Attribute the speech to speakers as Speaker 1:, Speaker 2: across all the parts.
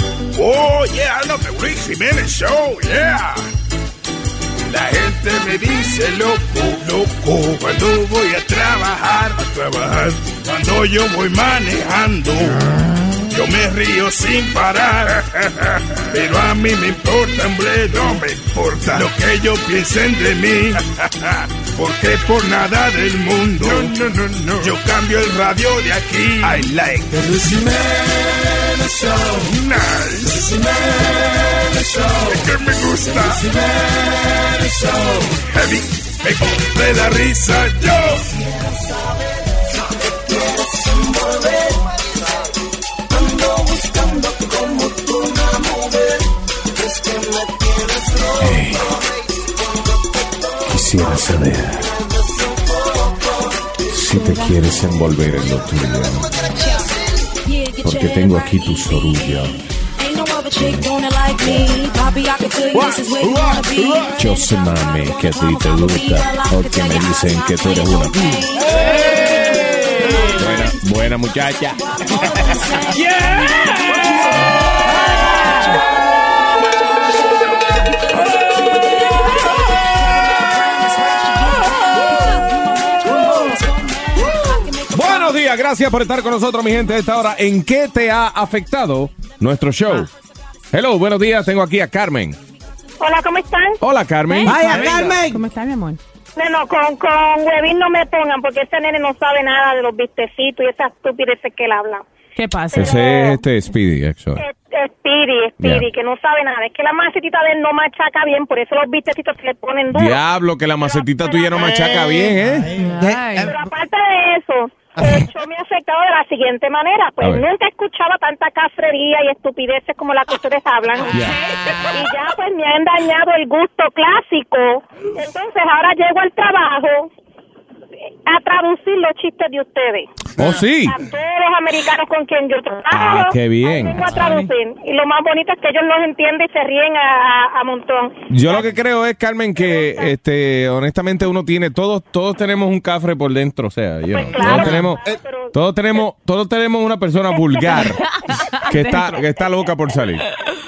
Speaker 1: Oh, yeah, I love the Rick Jiménez Show, yeah. La gente me dice loco, loco, cuando voy a trabajar, a trabajar, cuando yo voy manejando. Yo me río sin parar, pero a mí me importa, hombre, no me importa lo que ellos piensen de mí, porque por nada del mundo no, no, no, no. yo cambio el radio de aquí. I like
Speaker 2: The Luis Jiménez Show.
Speaker 1: nice,
Speaker 2: Luis Jiménez Show.
Speaker 1: que me gusta.
Speaker 2: Luis Jiménez Show.
Speaker 1: Heavy, me compré la risa yo.
Speaker 3: Quisiera saber si te quieres envolver en lo tuyo, porque tengo aquí tu sorullo. Yo sé, mami, que a ti te gusta, porque me dicen que tú eres una... Buena, buena muchacha. Buenos días, gracias por estar con nosotros, mi gente, a esta hora. ¿En qué te ha afectado nuestro show? Hello, buenos días, tengo aquí a Carmen.
Speaker 4: Hola, ¿cómo están?
Speaker 3: Hola, Carmen.
Speaker 5: ¡Vaya, Carmen!
Speaker 6: ¿Cómo está, mi amor?
Speaker 4: No, no, con, con huevín no me pongan porque ese nene no sabe nada de los vistecitos y esas estupideces que él habla.
Speaker 6: ¿Qué pasa?
Speaker 3: Ese es este Speedy, actually.
Speaker 4: Es es Piri, es Piri,
Speaker 3: Yeah.
Speaker 4: que no sabe nada. Es que la macetita de él no machaca bien, por eso los vistecitos se le ponen duros.
Speaker 3: Diablo, que la macetita tuya no machaca bien, ¿eh?
Speaker 6: Ay,
Speaker 4: Pero aparte de eso, el show me ha afectado de la siguiente manera.
Speaker 3: Ah. A
Speaker 4: Pues
Speaker 3: ver.
Speaker 4: nunca escuchaba tanta cafrería y estupideces como la que ustedes hablan.
Speaker 3: Ya.
Speaker 4: Y ya pues me han dañado el gusto clásico. Entonces ahora llego al trabajo a traducir los chistes de ustedes.
Speaker 3: Oh, sí.
Speaker 4: a todos los americanos con quien yo trabajo.
Speaker 3: Ah, qué bien.
Speaker 4: Los vengo a traducir. Y lo más bonito es que ellos los entienden y se ríen a, a- a montón.
Speaker 3: Yo lo que creo es, Carmen, que este, honestamente uno tiene, todos, todos tenemos un cafre por dentro, o sea, yo,
Speaker 4: Pues claro,
Speaker 3: todos tenemos,
Speaker 4: claro, pero-
Speaker 3: todos tenemos, todos tenemos una persona vulgar que está, que está loca por salir.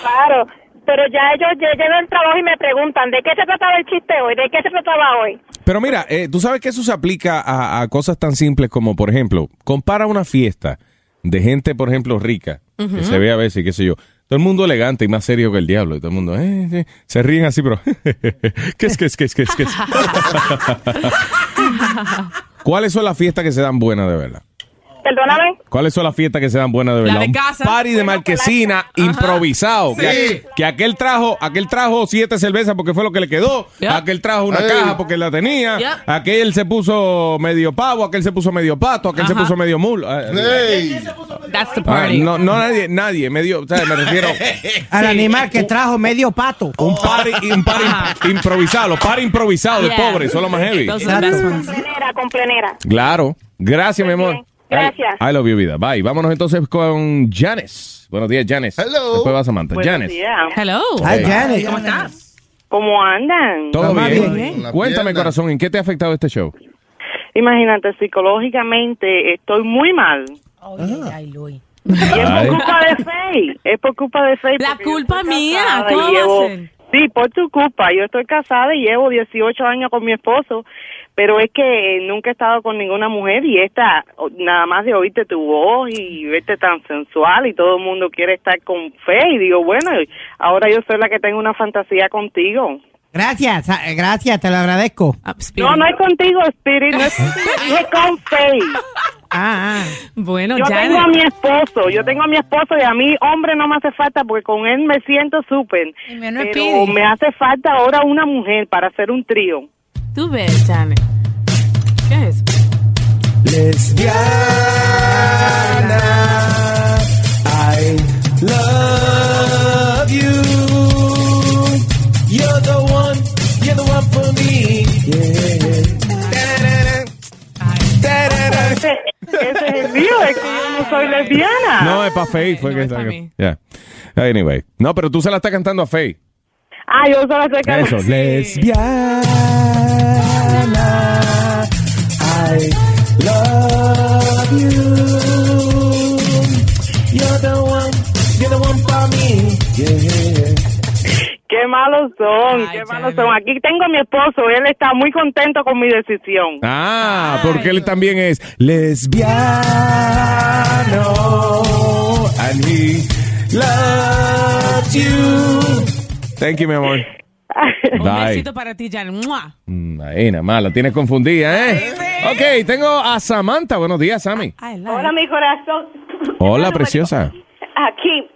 Speaker 4: Claro. Pero ya ellos lle- llegan al trabajo y me preguntan, ¿de qué se trataba el chiste hoy? ¿De qué se trataba hoy?
Speaker 3: Pero mira, eh, tú sabes que eso se aplica a, a cosas tan simples como, por ejemplo, compara una fiesta de gente, por ejemplo, rica, que se ve a veces, qué sé yo. Todo el mundo elegante y más serio que el diablo. Y todo el mundo, eh, eh, se ríen así, pero... ¿Qué es, qué es, qué es, qué es, qué es? ¿Cuáles son las fiestas que se dan buenas de verdad?
Speaker 4: Perdóname.
Speaker 3: ¿Cuáles son las fiestas que se dan buenas de verdad?
Speaker 5: de
Speaker 3: Un
Speaker 5: casa.
Speaker 3: party de marquesina improvisado. Que, que aquel trajo, aquel trajo siete cervezas porque fue lo que le quedó.
Speaker 5: Yeah.
Speaker 3: Aquel trajo una caja porque la tenía.
Speaker 5: Yeah.
Speaker 3: Aquel se puso medio pavo, aquel se puso medio pato, aquel se
Speaker 5: Ajá.
Speaker 3: puso medio mulo. Ah,
Speaker 5: that's the
Speaker 3: ah,
Speaker 5: party.
Speaker 3: no, no nadie, nadie, medio, o sea, me refiero
Speaker 7: Al animal que trajo medio pato.
Speaker 3: un party, un party
Speaker 5: Ajá.
Speaker 3: improvisado, los party improvisados de
Speaker 5: Yeah.
Speaker 3: pobres, son los más heavy.
Speaker 5: Those are the best ones.
Speaker 4: Complenera, complenera.
Speaker 3: Claro, gracias, mi
Speaker 4: Muy
Speaker 3: amor.
Speaker 4: bien, gracias.
Speaker 3: I, I love you, vida. Bye. Vámonos entonces con Janice. Buenos días, Janice.
Speaker 8: Hello.
Speaker 3: Después va Samantha.
Speaker 9: Buenos
Speaker 3: Janice.
Speaker 9: días.
Speaker 5: Hello.
Speaker 7: Ay, Janet.
Speaker 5: ¿Cómo estás?
Speaker 9: ¿Cómo andan?
Speaker 3: Todo
Speaker 7: Mamá,
Speaker 3: bien.
Speaker 7: bien.
Speaker 8: Con la
Speaker 3: Cuéntame,
Speaker 8: pierna.
Speaker 3: corazón, ¿en qué te ha afectado este show?
Speaker 9: Imagínate, psicológicamente estoy muy mal.
Speaker 3: Ay.
Speaker 9: Por culpa de Fey. Es por culpa de Fey.
Speaker 5: La
Speaker 9: porque yo
Speaker 5: culpa
Speaker 9: estoy
Speaker 5: mía,
Speaker 9: casada y
Speaker 5: ¿cómo va a
Speaker 9: llevo-
Speaker 5: ser?
Speaker 9: Sí, por tu culpa. Yo estoy casada y llevo 18 años con mi esposo, pero es que eh, nunca he estado con ninguna mujer y esta, o- nada más de oírte tu voz y verte tan sensual y todo el mundo quiere estar con Fey. Y digo, bueno, ahora yo soy la que tengo una fantasía contigo.
Speaker 7: Gracias, ah, gracias, te lo agradezco.
Speaker 5: Ah, Spirit.
Speaker 9: No, no es contigo, Spirit, no es contigo, dije con Fey.
Speaker 7: Ah, ah.
Speaker 5: Bueno,
Speaker 9: Yo
Speaker 5: Janet.
Speaker 9: tengo a mi esposo, yo tengo a mi esposo y a mí, hombre, no me hace falta porque con él me siento súper.
Speaker 6: Y menos el
Speaker 9: Pero
Speaker 6: Pidi.
Speaker 9: me hace falta ahora una mujer para hacer un trío.
Speaker 5: Tú ves, Janet. ¿Qué es? eso?
Speaker 2: Lesbiana, I love you. You're the one, you're the one for me.
Speaker 9: Ese, ese es el mío, es que yo no soy
Speaker 4: Ah.
Speaker 9: lesbiana.
Speaker 3: No, es para Faye. Fue
Speaker 5: no,
Speaker 3: que
Speaker 5: es pa' mí.
Speaker 3: Ya. Anyway. No, pero tú se la estás cantando a Faye.
Speaker 9: Ah, yo solo soy
Speaker 3: Eso,
Speaker 9: lesbiana.
Speaker 2: Lesbiana, I love you. You're the one, you're the one for me.
Speaker 10: Qué malos son,
Speaker 11: Ay,
Speaker 10: qué malos
Speaker 11: Janet.
Speaker 10: son. Aquí tengo a mi esposo, él está muy contento con mi decisión.
Speaker 3: Ah,
Speaker 11: Ay.
Speaker 3: porque él también es lesbiano. And he loves you. Thank you, mi amor.
Speaker 11: Un
Speaker 3: Bye.
Speaker 11: besito para ti, Jan. ¡Mua!
Speaker 3: Mm, Ahí nada más, la tienes confundida, ¿eh? Ok, tengo a Samantha. Buenos días, Sammy.
Speaker 11: I like
Speaker 6: Hola,
Speaker 11: it.
Speaker 6: mi corazón.
Speaker 3: Hola, preciosa.
Speaker 6: Aquí.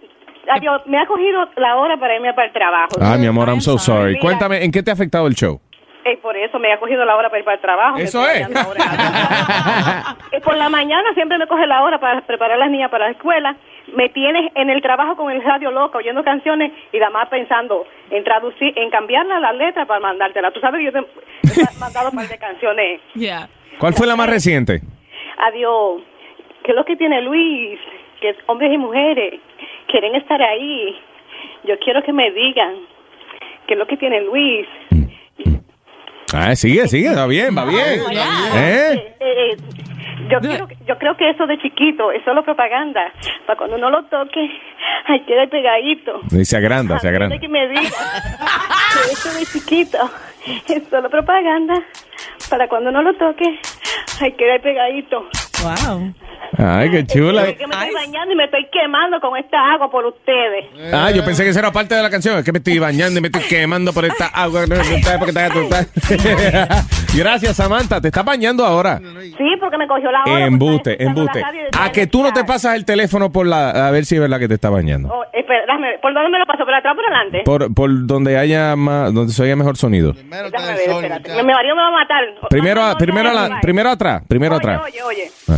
Speaker 6: Adiós. Me ha cogido la hora para irme para el trabajo.
Speaker 3: Ah, mi amor, I'm so
Speaker 11: I'm sorry.
Speaker 3: sorry. Cuéntame, ¿en qué te ha afectado el show?
Speaker 6: Eh, por eso me ha cogido la hora para ir para el trabajo. Me
Speaker 3: Eso
Speaker 6: estoy
Speaker 3: es.
Speaker 6: bañando ahora. Eh, por la mañana siempre me coge la hora para preparar a las niñas para la escuela. Me tienes en el trabajo con el radio loca, oyendo canciones y además pensando en traducir, en cambiarla la letra para mandártela. Tú sabes que yo te he ma- mandado un par de canciones.
Speaker 11: Yeah.
Speaker 3: ¿Cuál fue la más reciente?
Speaker 6: Adiós. ¿Qué es lo que tiene Luis? Que hombres y mujeres quieren estar ahí. Yo quiero que me digan qué es lo que tiene Luis.
Speaker 3: Ah, sigue, sigue, va bien, va bien. ¿Eh?
Speaker 6: Eh, eh, yo, quiero, que- yo creo que eso de chiquito es solo propaganda. Para cuando uno lo toque, ahí queda el pegadito.
Speaker 3: Y se agranda, se
Speaker 6: Antes
Speaker 3: agranda.
Speaker 6: de que me digan que eso de chiquito es solo propaganda. Para cuando uno lo toque, ahí queda el pegadito.
Speaker 11: Wow.
Speaker 3: Ay, qué chula.
Speaker 6: Porque me estoy bañando y me estoy quemando con esta agua por ustedes.
Speaker 3: Ah, yo pensé que eso era parte de la canción. Es que me estoy bañando y me estoy quemando por esta agua. Gracias, Samantha. Te estás bañando ahora.
Speaker 6: Sí, porque me cogió la hora. porque estaba
Speaker 3: Embuste,
Speaker 6: escuchando
Speaker 3: embuste.
Speaker 6: la radio y decía,
Speaker 3: A que tú no te
Speaker 6: "Ay".
Speaker 3: pasas el teléfono por la... A ver si es verdad que te estás bañando.
Speaker 6: Oh, espera, déjame- ¿Por dónde me lo paso? ¿Por atrás o por adelante?
Speaker 3: Por, por donde haya más... Donde se oiga mejor sonido.
Speaker 8: Primero está
Speaker 6: Déjame
Speaker 8: el
Speaker 6: ver,
Speaker 8: sol,
Speaker 6: espérate.
Speaker 8: muchacho.
Speaker 6: Mi marido me va a matar.
Speaker 3: Primero,
Speaker 6: No, no,
Speaker 3: a-
Speaker 6: no,
Speaker 3: primero, a
Speaker 6: no,
Speaker 3: la-
Speaker 6: no,
Speaker 3: primero atrás, primero
Speaker 6: oye,
Speaker 3: atrás.
Speaker 6: Oye, oye.
Speaker 3: Ah.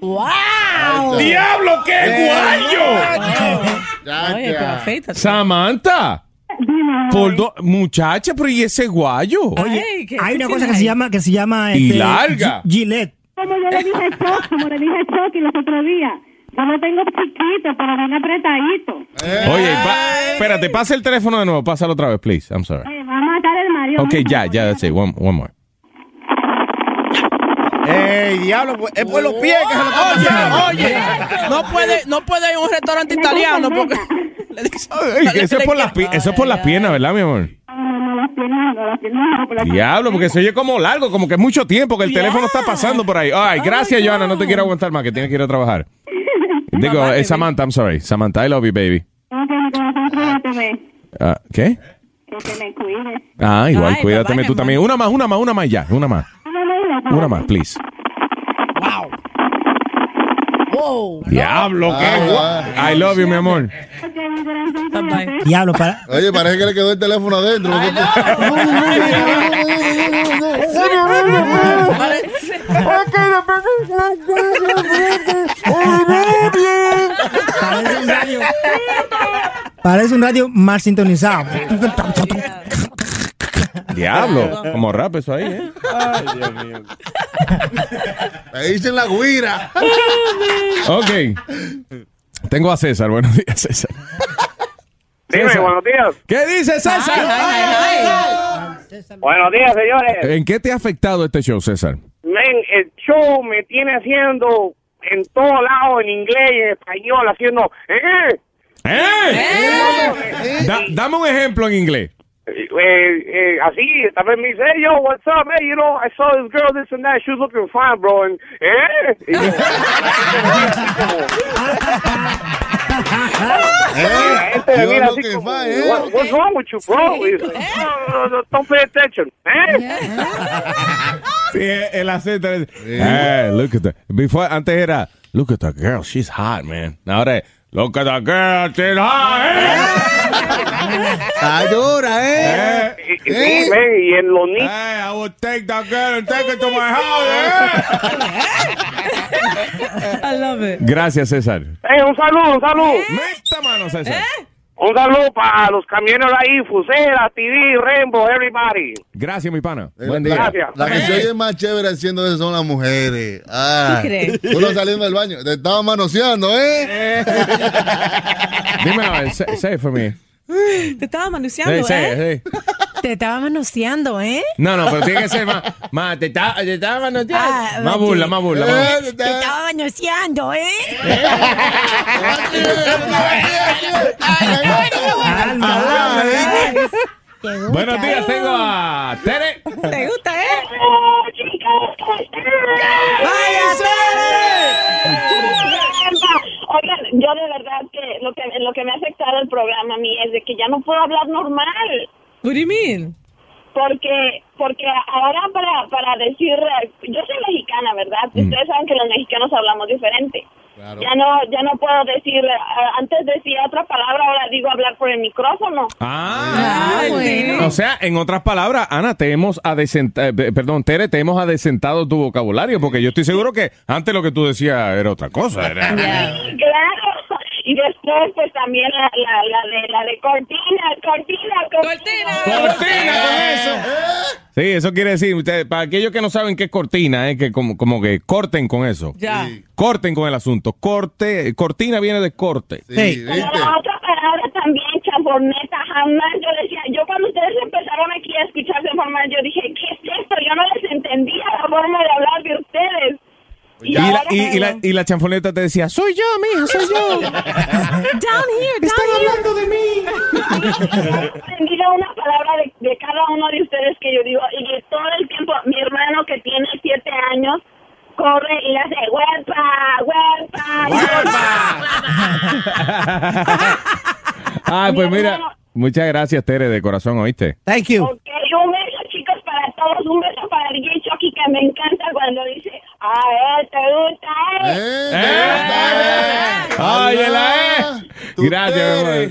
Speaker 11: Wow.
Speaker 12: ¡Diablo, qué
Speaker 8: Eh,
Speaker 12: guayo!
Speaker 8: Ya,
Speaker 11: Oye, pero
Speaker 8: ya.
Speaker 11: afeítate.
Speaker 3: Samantha. Por do- Muchacha, pero ¿y ese guayo?
Speaker 11: Ay, qué
Speaker 13: Hay una
Speaker 11: sexy
Speaker 13: cosa que
Speaker 11: night.
Speaker 13: se llama, que se llama este,
Speaker 3: Y larga.
Speaker 13: Gi- Gillette.
Speaker 14: Como yo le dije a Chucky, como le dije a Chucky los otros días, yo lo tengo chiquito, pero bien apretadito.
Speaker 3: Oye, pa- espérate, pasa el teléfono de nuevo. Pásalo otra vez, please. I'm sorry.
Speaker 14: Me va a matar el marido.
Speaker 3: Ok, ya, ya, that's it. One, one more.
Speaker 8: ¡Ey, diablo! pues, Es por los pies que se lo está pasando.
Speaker 5: Oye, no puede, no puede ir a un restaurante italiano porque
Speaker 3: Ay, eso, es por las pi- eso es por las piernas, ¿verdad, mi amor?
Speaker 14: No, no las piernas, no las piernas, no, por la-
Speaker 3: Diablo, porque se oye como largo, como que es mucho tiempo que el teléfono está pasando por ahí. Ay, gracias, Joana, no te quiero aguantar más, que tienes que ir a trabajar. Digo, eh, Samantha, I'm sorry. Samantha, I love you, baby.
Speaker 14: No, que mi corazón, cuídateme,
Speaker 3: Ah, ¿Qué?
Speaker 14: que me cuides.
Speaker 3: Ah, igual,
Speaker 11: Ay,
Speaker 3: cuídateme
Speaker 11: papá,
Speaker 3: tú
Speaker 11: mi
Speaker 3: también. Una más, una más, una más ya, una más.
Speaker 14: No, no, no, no.
Speaker 3: Una más, please.
Speaker 11: Wow.
Speaker 3: Diablo, qué guay. I love you, mi amor.
Speaker 14: Que mi corazón,
Speaker 11: Bye,
Speaker 14: cuídate.
Speaker 11: bye.
Speaker 13: Diablo, para.
Speaker 8: Oye, parece que le quedó el teléfono adentro.
Speaker 11: Parece-
Speaker 13: Parece un radio. Parece un radio mal sintonizado.
Speaker 3: Diablo, como rap eso ahí, ¿eh?
Speaker 8: Le dicen la guira.
Speaker 3: Ok. Tengo a César, buenos días, César.
Speaker 10: Dime,
Speaker 3: César.
Speaker 10: buenos días.
Speaker 3: ¿Qué dice César?
Speaker 10: Buenos días, señores.
Speaker 3: ¿En qué te ha afectado este show, César?
Speaker 10: Men, el show me tiene haciendo en todo lado, en inglés y en español, haciendo... "Eh,
Speaker 3: ¡Eh! Da- dame un ejemplo en inglés.
Speaker 10: eh, eh, así, tal vez me dice, hey, yo, what's up, hey, you know, I saw this girl, this and that, she was looking fine, bro, and, eh, Y yo, la gente me este, mira así como, "What- what's wrong with you, bro, Y yo, "No, no, no, don't pay attention, eh,
Speaker 3: Sí, el acento. es- Eh, look at that. Before, antes era, look at that girl, she's hot, man. Ahora es, look at that girl, she's hot. eh.
Speaker 8: Está dura, ¿eh?
Speaker 3: Eh, eh,
Speaker 10: Y- y- men, y en los niños,
Speaker 3: eh, I would take that girl and take it to my house. eh.
Speaker 11: I love it.
Speaker 3: Gracias, César.
Speaker 10: eh, un saludo, un saludo,
Speaker 3: Meta mano, César.
Speaker 10: un saludo para los camioneros ahí, Fusera, TV, Rainbow, everybody.
Speaker 3: Gracias, mi pana.
Speaker 8: Eh,
Speaker 3: Buen
Speaker 8: la-
Speaker 3: día.
Speaker 10: Gracias.
Speaker 8: La que se oye más chévere haciendo eso son las mujeres. Ah,
Speaker 11: ¿Tú crees?
Speaker 8: uno saliendo del baño. Te estaba manoseando, ¿eh?
Speaker 3: Dime, a ver, say, say it for me.
Speaker 15: Te estaba manoseando,
Speaker 3: Sí, sí,
Speaker 15: ¿eh? Te estaba manoseando, ¿eh?
Speaker 3: No, no, pero tiene que ser más. más te estaba te estaba manoteando.
Speaker 15: Ah,
Speaker 3: más
Speaker 15: Mati.
Speaker 3: burla, más burla. más burla.
Speaker 15: Te estaba manoseando, ¿eh?
Speaker 3: Buenos días, tengo a Tere.
Speaker 15: eh. ¿Te gusta, eh?
Speaker 16: Oigan, yo de verdad que lo que lo que me ha afectado el programa a mí es de que ya no puedo hablar normal.
Speaker 15: What do you mean?
Speaker 16: Porque porque ahora para para decir eh, yo soy mexicana, ¿verdad? Ustedes saben que los mexicanos hablamos diferente. Ya no ya no puedo decir eh, antes decía otra palabra, ahora digo hablar por el micrófono.
Speaker 3: Ah, O sea, en otras palabras, Ana, te hemos adecentado, perdón, Tere, te hemos adecentado tu vocabulario, porque yo estoy seguro que antes lo que tú decías era otra cosa. era-
Speaker 16: Sí, Claro. Y después pues también la, la, la de la de cortina, cortina, cortina.
Speaker 3: Sí, eso quiere decir, ustedes, para aquellos que no saben qué es cortina, eh, que como, como que corten con eso.
Speaker 16: Ya.
Speaker 3: Corten con el asunto. Corte, cortina viene de corte.
Speaker 16: Pero la otra palabra también, chamborneta, jamás yo decía, yo cuando ustedes empezaron aquí a escucharse forma, yo dije, ¿qué es esto? Yo no les entendía la forma de hablar de ustedes.
Speaker 3: Y la, y, y la, y la chanfoneta te decía, soy yo, mija, soy yo.
Speaker 15: Down here, down
Speaker 2: Están
Speaker 15: here.
Speaker 2: hablando de mí.
Speaker 16: He aprendido una palabra de, de cada uno de ustedes que yo digo, y que todo el tiempo, mi hermano que tiene siete años, corre y le hace, huerpa, huerpa.
Speaker 3: Ah, pues mira, muchas gracias, Tere, de corazón, ¿oíste?
Speaker 7: Thank you.
Speaker 16: Ok, un beso, chicos, para todos. Un beso para el DJ Chucky, que me encanta cuando dice, ah, eh, te gusta, eh.
Speaker 3: Eh. ¡Ay, el AE! Gracias, mi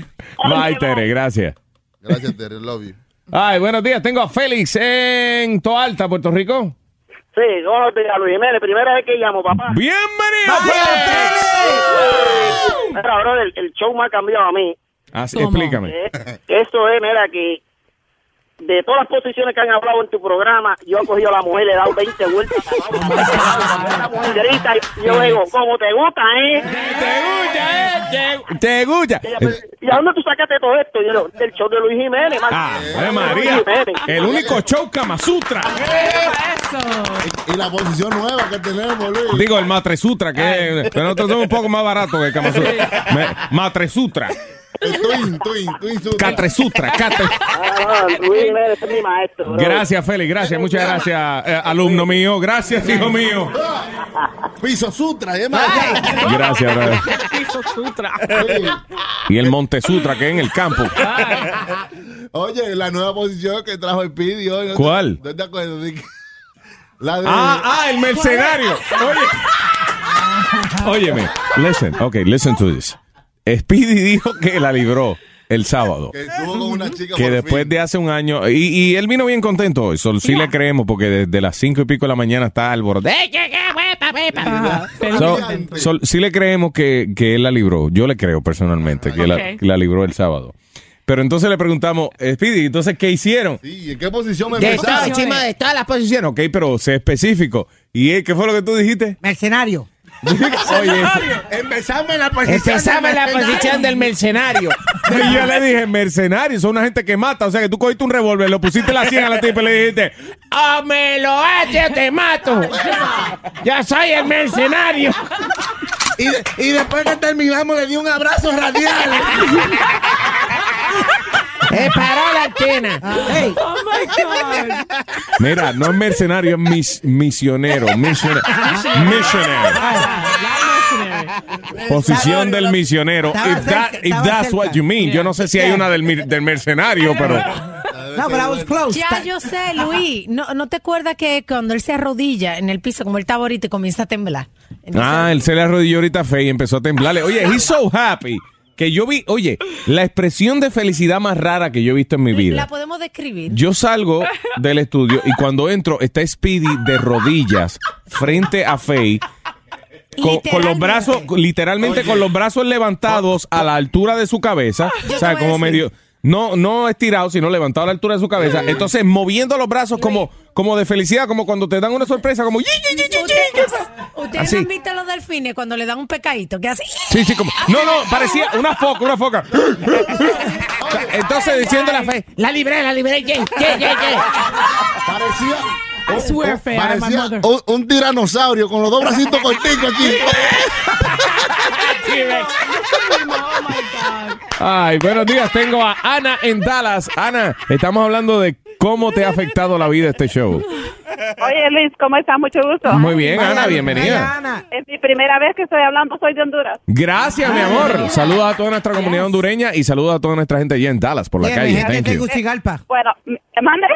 Speaker 3: amor. Bye, Tere, gracias.
Speaker 8: Gracias, Terry. Love you.
Speaker 3: Ay, buenos días, tengo a Félix en Toalta, Puerto Rico.
Speaker 11: Sí, buenos días, Luis Jiménez. Primera vez que llamo, papá.
Speaker 3: ¡Bienvenido,
Speaker 11: Félix! Mira, bro, el, el show me ha cambiado a mí.
Speaker 3: Así, Ah, explícame.
Speaker 11: Eh, Eso es, mira, que de todas las posiciones que han hablado en tu programa, yo he cogido a la mujer, le he dado 20 vueltas. a la boca. La mujer grita y yo digo, ¿cómo te gusta, eh? ¿Te gusta, eh?
Speaker 3: ¿Te gusta?
Speaker 11: ¿Y a pues, dónde tú sacaste todo esto? Y yo, del show de Luis Jiménez. man.
Speaker 3: Ah, Ave
Speaker 11: Luis
Speaker 3: María,
Speaker 11: Jiménez.
Speaker 3: el único show Kama Sutra.
Speaker 8: Y la posición nueva que tenemos, Luis.
Speaker 3: Digo, el Matre Sutra, que es- pero nosotros somos un poco más baratos que el Kama Sutra. Me- Matre Sutra,
Speaker 8: El twin, twin, twin sutra.
Speaker 3: Catre Sutra, Catre.
Speaker 11: Ah, no, Luis Jiménez es mi maestro. bro.
Speaker 3: Gracias, Félix, gracias, muchas gracias, eh, alumno mío, gracias, hijo mío.
Speaker 8: Piso sutra, ¿eh?
Speaker 3: Gracias, brother. Y el Monte Sutra, que es en el campo.
Speaker 8: Oye, la nueva posición que trajo el Pidi hoy. ¿no te-
Speaker 3: ¿Cuál?
Speaker 8: ¿No te acuerdas? Ricky? La de...
Speaker 3: Ah, ah, el mercenario. Óyeme, listen, ok, listen to this. Speedy dijo que la libró el sábado.
Speaker 8: Que estuvo con una chica
Speaker 3: Que
Speaker 8: por
Speaker 3: después
Speaker 8: fin.
Speaker 3: de hace un año. Y, y él vino bien contento hoy. Sol, sí le creemos, porque desde las cinco y pico de la mañana está al borde. So, so, sí le creemos que, que él la libró. Yo le creo personalmente que, la,
Speaker 8: Ok.
Speaker 3: que la libró el sábado. Pero entonces le preguntamos, eh, Speedy, entonces, ¿qué hicieron?
Speaker 8: Sí, ¿en qué posición me
Speaker 3: De
Speaker 8: empezaron?
Speaker 3: todas, encima de todas las posiciones. Ok, pero sé específico. ¿Y eh, qué fue lo que tú dijiste?
Speaker 7: Mercenario.
Speaker 3: Oye,
Speaker 17: Empezame la
Speaker 7: Empezame la posición del
Speaker 17: mercenario.
Speaker 3: y yo le dije, mercenario, son una gente que mata. O sea, que tú cogiste un revólver, lo pusiste la 100 a la tipa y le dijiste,
Speaker 17: ¡O ¡Ah, me lo haces o te mato! ¡Yo soy el mercenario! Y, y después que terminamos le di un abrazo radial. ¡Se paró la antena!
Speaker 15: Oh my God.
Speaker 3: mira, no es mercenario, es mis- misionero. Misionero. Missionary.
Speaker 15: Ah,
Speaker 3: Posición del misionero. If, that- if that's what you mean. Yo no sé si hay una del, mi- del mercenario, pero...
Speaker 7: No, but I was close.
Speaker 15: Ya yo sé, Luis. ¿No, ¿No te acuerdas que cuando él se arrodilla en el piso, como él estaba ahorita, y comienza a temblar?
Speaker 3: Ah, él se le arrodilló ahorita fe y empezó a temblarle. Oye, he's so happy. Que yo vi, oye, la expresión de felicidad más rara que yo he visto en mi
Speaker 15: La
Speaker 3: vida.
Speaker 15: podemos describir.
Speaker 3: Yo salgo del estudio y cuando entro está Speedy de rodillas frente a Faye. Con, con los brazos, literalmente con los brazos levantados a la altura de su cabeza. O sea, como medio. No, no estirado, sino levantado a la altura de su cabeza. Entonces, moviendo los brazos como, como de felicidad, como cuando te dan una sorpresa, como. "Yi, yi, yi, yi, yi".
Speaker 15: Ustedes ustedes
Speaker 3: Así.
Speaker 15: no han visto a los delfines cuando le dan un pecadito, que así.
Speaker 3: Sí, sí, como. No, no, parecía una foca, una foca. Entonces diciendo la fe,
Speaker 17: la libré, la libré, yeah, yeah, yeah, yeah.
Speaker 8: Parecía.
Speaker 17: I swear, Fe, I'm a
Speaker 8: parecía
Speaker 17: mother.
Speaker 8: un, un tiranosaurio con los dos bracitos cortitos aquí.
Speaker 15: Oh
Speaker 3: Ay, buenos días, tengo a Ana en Dallas. Ana, estamos hablando de cómo te ha afectado la vida este show.
Speaker 18: Oye Luis, ¿cómo estás? Mucho gusto.
Speaker 3: Muy bien, Ana, bienvenida.
Speaker 18: Es mi primera vez que estoy hablando, soy de Honduras.
Speaker 3: Gracias, mi amor. Saludos a toda nuestra comunidad hondureña y saludos a toda nuestra gente allá en Dallas por la
Speaker 7: Oye, mi
Speaker 3: calle.
Speaker 7: gente de
Speaker 3: Thank you.
Speaker 7: Tegucigalpa.
Speaker 18: Bueno, mande.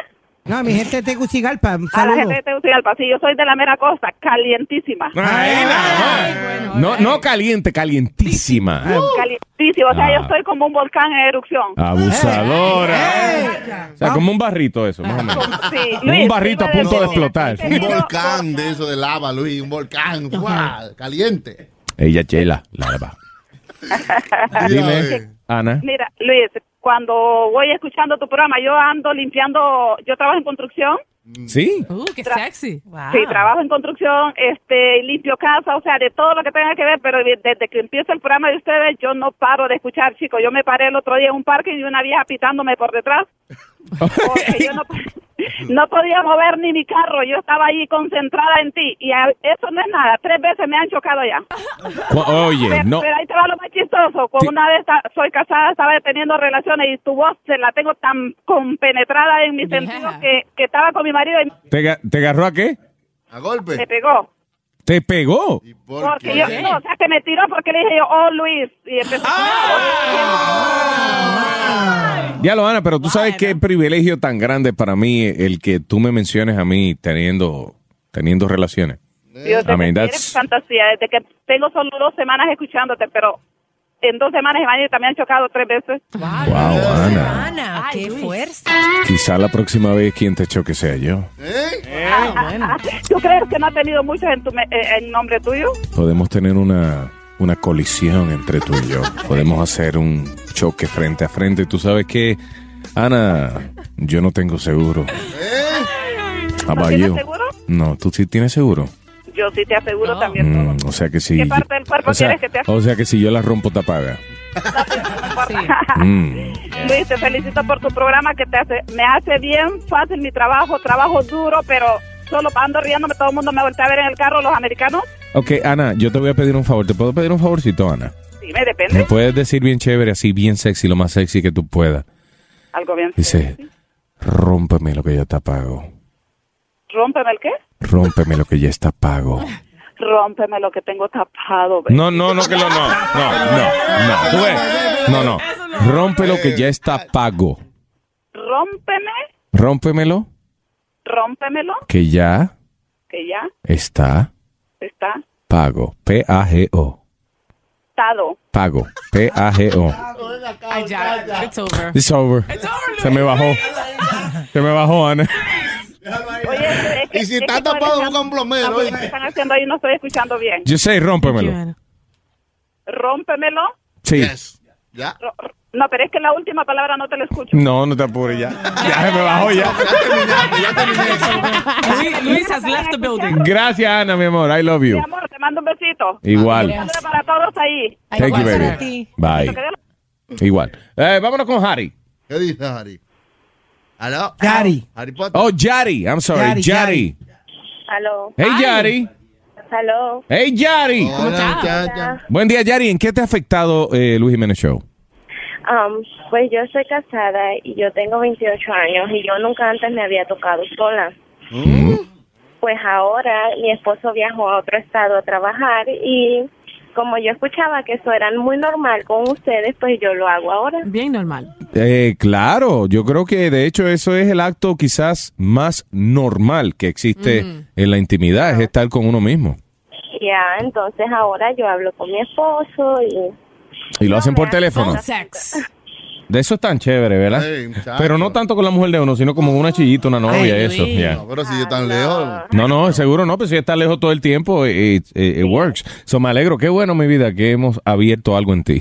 Speaker 7: No, mi gente de Tegucigalpa. Un
Speaker 18: A la
Speaker 7: saludo.
Speaker 18: gente de Tegucigalpa, sí, yo soy de la mera costa, calientísima.
Speaker 3: Ah, No, no caliente, calientísima.
Speaker 18: Calientísima, o sea,
Speaker 3: Ah.
Speaker 18: yo estoy como un volcán en erupción.
Speaker 7: Eh,
Speaker 3: Abusadora. O sea, como un barrito eso, más o menos.
Speaker 18: Sí,
Speaker 3: Como un barrito a punto de explotar.
Speaker 8: Un volcán de eso de lava, Luis, un volcán, ¡guau! caliente.
Speaker 3: Ella chela, larva. Dime, Ana.
Speaker 18: Mira, Luis, cuando voy escuchando tu programa, yo ando limpiando, yo trabajo en construcción.
Speaker 3: ¿Sí?
Speaker 5: Uh, qué sexy. Wow.
Speaker 18: Sí, trabajo en construcción, este, limpio casa, o sea, de todo lo que tenga que ver, pero desde que empieza el programa de ustedes, yo no paro de escuchar, chicos. Yo me paré el otro día en un parque y vi una vieja pitándome por detrás. Porque yo no, no podía mover ni mi carro, yo estaba ahí concentrada en ti. Y a- eso no es nada, tres veces me han chocado ya.
Speaker 3: Cu- Oye,
Speaker 18: Pero,
Speaker 3: no.
Speaker 18: pero ahí te va lo más chistoso. Con una vez ta- soy casada, estaba teniendo relaciones y tu voz se la tengo tan compenetrada en mis sentidos que, que estaba con mi marido y
Speaker 3: ¿Te, ga- te agarró a qué?
Speaker 8: A golpe.
Speaker 18: me pegó.
Speaker 3: ¿Te pegó?
Speaker 18: Porque yo, no, o sea, que me tiró porque le dije yo, oh, Luis. Y empezó
Speaker 8: ¡Ah!
Speaker 3: Ya lo, Ana, pero tú sabes qué privilegio tan grande para mí el que tú me menciones a mí teniendo, teniendo relaciones.
Speaker 18: Dios,
Speaker 3: I
Speaker 18: desde que
Speaker 3: mean, that's-
Speaker 18: eres fantasía, desde que tengo solo dos semanas escuchándote, pero en dos semanas y también han chocado tres veces.
Speaker 3: Wow, Ana.
Speaker 15: Ana, qué fuerza.
Speaker 3: Quizá la próxima vez quien te choque sea yo.
Speaker 8: ¿Eh?
Speaker 18: ¿Tú crees que no has tenido muchos en, tu, me- eh, en nombre tuyo?
Speaker 3: Podemos tener una, una colisión entre tú y yo. Podemos hacer un choque frente a frente. Tú sabes que, Ana, yo no tengo seguro. Eh. How
Speaker 18: ¿No
Speaker 3: about
Speaker 18: tienes
Speaker 3: you?
Speaker 18: seguro?
Speaker 3: No, tú sí tienes seguro.
Speaker 18: Yo sí te aseguro también.
Speaker 3: Mm, o sea que si.
Speaker 18: ¿Qué parte del cuerpo
Speaker 3: o sea,
Speaker 18: quieres que te-
Speaker 3: o sea que si yo la rompo, te apaga. Mm.
Speaker 18: Luis, te felicito por tu programa que te hace, me hace bien fácil mi trabajo, trabajo duro, pero solo ando riéndome, todo el mundo me voltea a ver en el carro, los americanos.
Speaker 3: Ok, Ana, yo te voy a pedir un favor. ¿Te puedo pedir un favorcito, Ana?
Speaker 18: Sí, me depende.
Speaker 3: ¿Me puedes decir bien chévere, así bien sexy, lo más sexy que tú puedas?
Speaker 18: Algo bien.
Speaker 3: Dice, rómpeme lo que ya está pago.
Speaker 18: Rómpeme el qué?
Speaker 3: Rómpeme lo que ya está pago.
Speaker 18: Rómpeme lo que tengo tapado. baby.
Speaker 3: No, no, no, que lo no. No, no, no. Tú ves, No, no. Rompe lo que ya está pago.
Speaker 18: Rómpeme,
Speaker 3: Rómpemelo
Speaker 18: rómpemelo,
Speaker 3: que ya
Speaker 18: que ya
Speaker 3: está
Speaker 18: está
Speaker 3: pago. P-A-G-O.
Speaker 18: tado.
Speaker 3: Pago. P-A-G-O.
Speaker 5: I got it. It's over.
Speaker 3: It's over. Se me bajó. Se me bajó, Ana.
Speaker 18: Oye, es que-
Speaker 8: Y si
Speaker 18: es
Speaker 8: está
Speaker 18: que con el
Speaker 8: tapado,
Speaker 18: cam-
Speaker 8: busca un plomero,
Speaker 18: Ah, pues,
Speaker 8: oye.
Speaker 18: ¿qué están haciendo ahí? No estoy escuchando bien.
Speaker 3: Yo sé, rómpemelo.
Speaker 18: Rómpemelo.
Speaker 3: Sí.
Speaker 18: Ro- No, pero es que la última palabra no te la escucho.
Speaker 3: No, no te apures ya. Ya se me bajó ya.
Speaker 5: Luis, Luis has left the building.
Speaker 3: Gracias, Ana, mi amor. I love you.
Speaker 18: Mi amor, te mando un besito.
Speaker 3: Igual.
Speaker 18: Un saludo para todos ahí.
Speaker 3: Thank you, baby. Bye. Igual. Eh, vámonos con Harry.
Speaker 8: ¿Qué dice Harry? ¿Aló?
Speaker 3: Yari.
Speaker 8: Harry Potter.
Speaker 3: Oh, Yari. I'm sorry.
Speaker 8: Yari,
Speaker 3: Yari.
Speaker 14: Aló.
Speaker 3: Hey, Yari.
Speaker 14: Aló.
Speaker 3: Hey, Yari. Buen día, Yari. ¿En qué te ha afectado eh, Luis Jiménez Show?
Speaker 14: Um, pues yo soy casada y yo tengo 28 años y yo nunca antes me había tocado sola. Pues ahora mi esposo viajó a otro estado a trabajar y como yo escuchaba que eso era muy normal con ustedes, pues yo lo hago ahora.
Speaker 5: Bien normal.
Speaker 3: Eh, claro, yo creo que de hecho eso es el acto quizás más normal que existe en la intimidad, es estar con uno mismo.
Speaker 14: Ya, entonces ahora yo hablo con mi esposo y
Speaker 3: Y lo hacen por teléfono. De eso es tan chévere, ¿verdad?
Speaker 8: Sí, muchacho.
Speaker 3: pero no tanto con la mujer de uno, sino como una chillita, una novia,
Speaker 8: Ay,
Speaker 3: eso.
Speaker 8: Luis.
Speaker 3: ya.
Speaker 8: No, pero si yo tan lejos.
Speaker 3: No, no, seguro no, pero si está lejos todo el tiempo, eh, it, it- it works. So me alegro, qué bueno mi vida que hemos abierto algo en ti.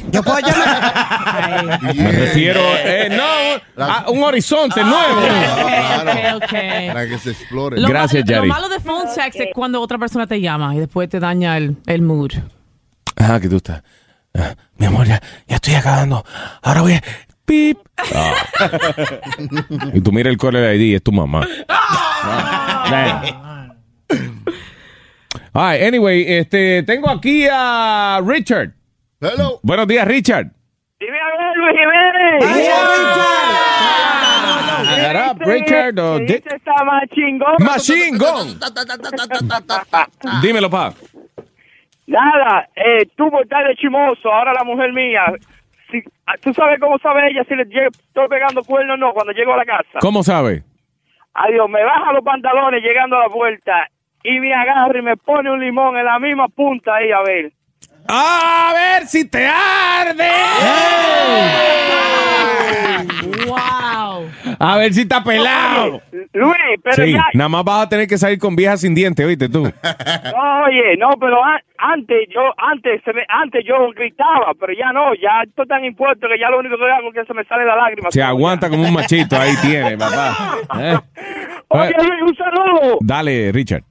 Speaker 3: Me refiero, eh, no, a un horizonte nuevo.
Speaker 15: Ah,
Speaker 5: Ok, ok.
Speaker 8: Para que se explore.
Speaker 5: Lo
Speaker 3: Gracias,
Speaker 5: malo,
Speaker 3: Yari.
Speaker 5: Lo malo de phone sex es cuando otra persona te llama y después te daña el, el mood.
Speaker 3: Ajá, que tú estás. Ah, mi amor, ya, ya estoy acabando. Ahora voy a... pip. Ah. y tú mira el cole de ID, es tu mamá. All right, anyway, este, tengo aquí a Richard.
Speaker 8: Hello.
Speaker 3: Buenos días, Richard.
Speaker 10: Dime a ver, Luis Jiménez.
Speaker 3: Shut up, Richard. oh, o Dick.
Speaker 10: Está más chingón.
Speaker 3: Más chingón. Dímelo, pa.
Speaker 10: Nada, eh, tú mortal de chimoso, ahora la mujer mía. Si, ah, ¿Tú sabes cómo sabe ella si le llego- estoy pegando cuerno o no cuando llego a la casa?
Speaker 3: ¿Cómo sabe?
Speaker 10: Adiós, me baja los pantalones llegando a la puerta y me agarra y me pone un limón en la misma punta ahí, a ver.
Speaker 3: ¡A ver si te arde!
Speaker 10: ¡Eh! ¡Wow!
Speaker 3: A ver si está pelado.
Speaker 10: Luis, pero
Speaker 3: Sí,
Speaker 10: ya,
Speaker 3: nada más vas a tener que salir con viejas sin dientes, oíste tú.
Speaker 10: No, oye, no, pero a- antes yo antes se me- antes yo gritaba, pero ya no, ya estoy tan impuesto que ya lo único que hago es que se me sale la lágrima.
Speaker 3: Se aguanta como un machito, ahí tiene, papá. Eh.
Speaker 10: Oye, Luis, un saludo.
Speaker 3: Dale, Richard.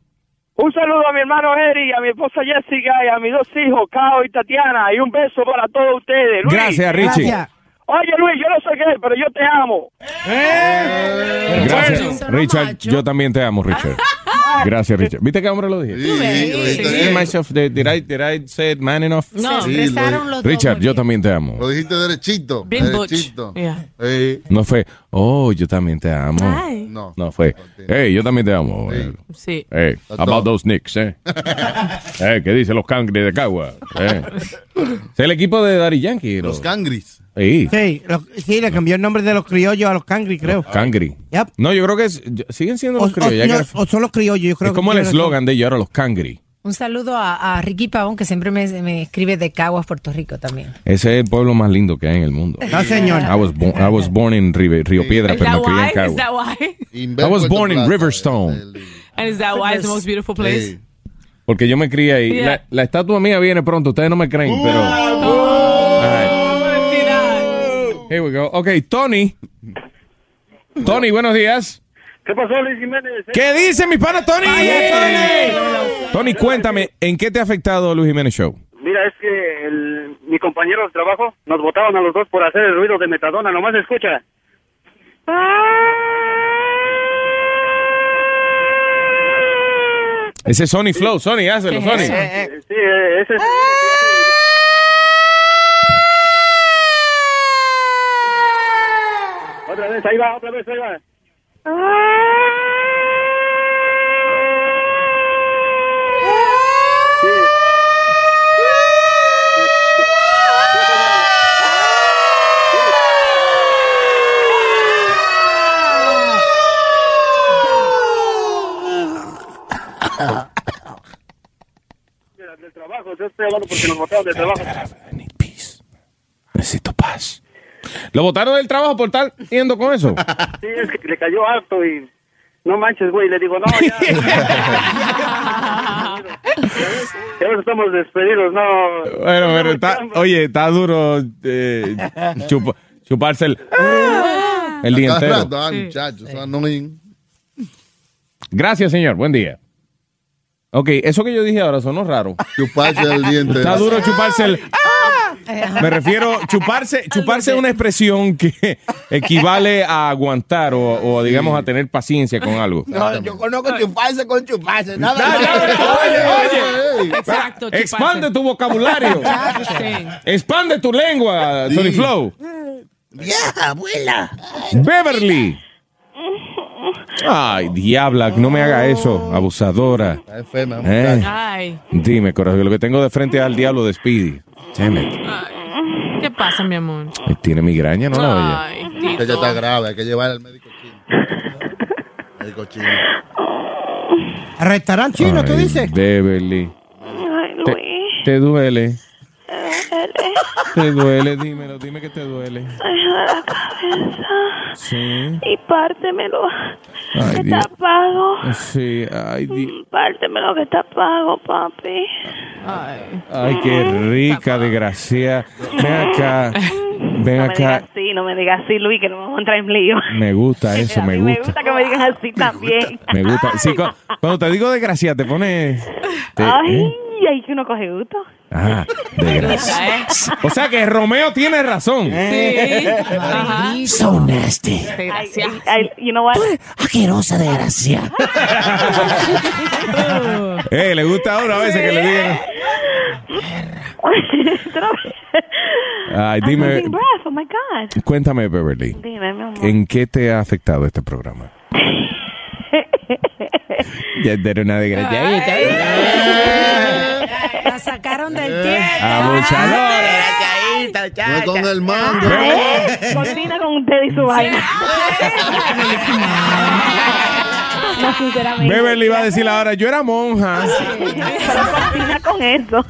Speaker 10: Un saludo a mi hermano Eri, a mi esposa Jessica y a mis dos hijos, Cao y Tatiana, y un beso para todos ustedes. Luis.
Speaker 3: Gracias, Richie. Gracias.
Speaker 10: Oye, Luis, yo no sé qué, pero yo te amo.
Speaker 3: Eh. Gracias, Richard. Yo también te amo, Richard. Gracias, Richard. ¿Viste qué hombre lo dije? Sí, myself, did- did I- did I say it man enough?
Speaker 15: No, Se expresaron los dos
Speaker 3: Richard,
Speaker 15: muy
Speaker 3: yo también te amo.
Speaker 8: Lo dijiste derechito.
Speaker 15: Bien butch.
Speaker 8: derechito.
Speaker 15: Yeah.
Speaker 8: Sí.
Speaker 3: No fue, oh, yo también te amo.
Speaker 15: Ay.
Speaker 8: No.
Speaker 3: No fue, hey, yo también te amo.
Speaker 15: Sí.
Speaker 3: Hey, about those Knicks, eh. eh ¿Qué dicen los cangres de Cagua? Eh. Es el equipo de Daddy Yankee. Los
Speaker 8: cangris.
Speaker 3: Sí,
Speaker 7: Sí, lo- sí, le cambió el nombre de los criollos a los cangri, creo.
Speaker 3: cangri.
Speaker 7: Yep.
Speaker 3: No, yo creo que es- yo- siguen siendo
Speaker 7: O,
Speaker 3: los criollos.
Speaker 7: o-
Speaker 3: ya
Speaker 7: no,
Speaker 3: que-
Speaker 7: o son los criollos, yo creo
Speaker 3: es como
Speaker 7: que
Speaker 3: el eslogan de ellos, ahora los cangri.
Speaker 15: Un saludo a, a Ricky Pavón, que siempre me, me escribe de Caguas, Puerto Rico también.
Speaker 3: Ese es el pueblo más lindo que hay en el mundo.
Speaker 15: No, señor.
Speaker 3: I was, born- I was born in Rive- Río Piedra,
Speaker 5: Is
Speaker 3: pero
Speaker 5: that
Speaker 3: me crié
Speaker 5: why?
Speaker 3: en
Speaker 5: Is
Speaker 3: Cagua.
Speaker 5: that why?
Speaker 3: I was born in Riverstone.
Speaker 5: And is that why it's the most beautiful place?
Speaker 3: Porque yo me crié ahí.
Speaker 5: Yeah.
Speaker 3: La, la estatua mía viene pronto, ustedes no me creen,
Speaker 10: Uh.
Speaker 3: pero. All right. Here we go. Ok, Tony. Tony, buenos días.
Speaker 10: ¿Qué pasó, Luis Jiménez?
Speaker 3: ¿Qué dice mi pana Tony? Tony, cuéntame, ¿en qué te ha afectado Luis Jiménez Show?
Speaker 11: Mira, es que el- mi compañero de trabajo nos votaron a los dos por hacer el ruido de metadona. Nomás escucha.
Speaker 3: Ese es Ah. Sony Flow. Sony, hazlo, Sony.
Speaker 11: Eh, eh, Sí, eh, ese es. Otra vez, ahí va, otra vez, ahí va. Del del trabajo, yo estoy hablando porque nos votaron del trabajo.
Speaker 3: Necesito paz. Lo botaron del trabajo por estar yendo con eso.
Speaker 11: Sí, es que le cayó harto y. No manches, güey. Le digo, no, ya. ya nos estamos despedidos, no.
Speaker 3: Bueno, pero está, oye, está duro eh, chupa- chuparse el, el día
Speaker 8: Cada
Speaker 3: entero.
Speaker 8: rato, ah, muchachos, son annoying.
Speaker 3: Gracias, señor. Buen día. Ok, eso que yo dije ahora sonó raro.
Speaker 8: Chuparse el día entero.
Speaker 3: Está duro chuparse el...
Speaker 19: Ah.
Speaker 3: Me refiero, chuparse chuparse es una expresión que equivale a aguantar o, o, digamos a tener paciencia con algo.
Speaker 19: No, yo conozco chuparse con chuparse. Nada,
Speaker 3: oye,
Speaker 19: oye.
Speaker 3: Exacto, Expande tu vocabulario. Expande tu lengua, Sony Flow.
Speaker 19: Vieja, abuela.
Speaker 3: Beverly. Ay, diabla, no me haga eso, abusadora.
Speaker 8: Está enferma,
Speaker 3: Eh.
Speaker 5: Ay.
Speaker 3: Dime, corazón, lo que tengo de frente es al diablo de Speedy. Damn it.
Speaker 5: Ay. ¿Qué pasa, mi amor?
Speaker 3: Tiene migraña, ¿no la
Speaker 5: Ay,
Speaker 3: oye?
Speaker 8: Que
Speaker 5: Tito.
Speaker 8: Ella está grave, hay que llevarla al médico chino. médico chino.
Speaker 7: ¿Al restaurante chino, tú
Speaker 3: Ay,
Speaker 7: dices?
Speaker 3: Beverly. Te, te duele. Te duele, dímelo, dime que te duele.
Speaker 10: la cabeza
Speaker 3: Sí.
Speaker 10: y pártemelo.
Speaker 3: Ay,
Speaker 10: Está
Speaker 3: Dios.
Speaker 14: Oh.
Speaker 10: pago.
Speaker 3: Sí, ay, Dios.
Speaker 10: Pártemelo que está pago, papi.
Speaker 3: Ay, qué rica, desgracia. Ven acá. Ven
Speaker 6: No me digas
Speaker 3: acá.
Speaker 6: así, no me digas así, Luis, que no me vamos a entrar en lío.
Speaker 3: Me gusta eso, me
Speaker 6: Me
Speaker 3: gusta.
Speaker 6: gusta que me digas así también.
Speaker 3: Me gusta. Sí, cu- cuando te digo desgracia, te pones. te-
Speaker 6: Ay,
Speaker 3: ¿eh?
Speaker 6: ahí que uno coge gusto.
Speaker 3: Ah, de gracia. O sea que Romeo tiene razón.
Speaker 17: So nasty.
Speaker 18: I- you know what?
Speaker 20: Pues.
Speaker 17: Asquerosa desgracia.
Speaker 3: Eh, le gusta ahora a veces que le digan. Ay, dime,
Speaker 18: Losing breath, oh my God.
Speaker 3: cuéntame, Beverly.
Speaker 18: Dime, mi amor.
Speaker 3: ¿En qué te ha afectado este programa? Ya era una
Speaker 15: La sacaron
Speaker 3: Eh.
Speaker 15: del tiempo.
Speaker 3: Abusadora.
Speaker 8: Fue con el mango.
Speaker 18: ¿Eh? Combina con usted y su vaina. No, sinceramente.
Speaker 3: Beverly va a decir ahora, yo era monja.
Speaker 18: Pero combina con eso.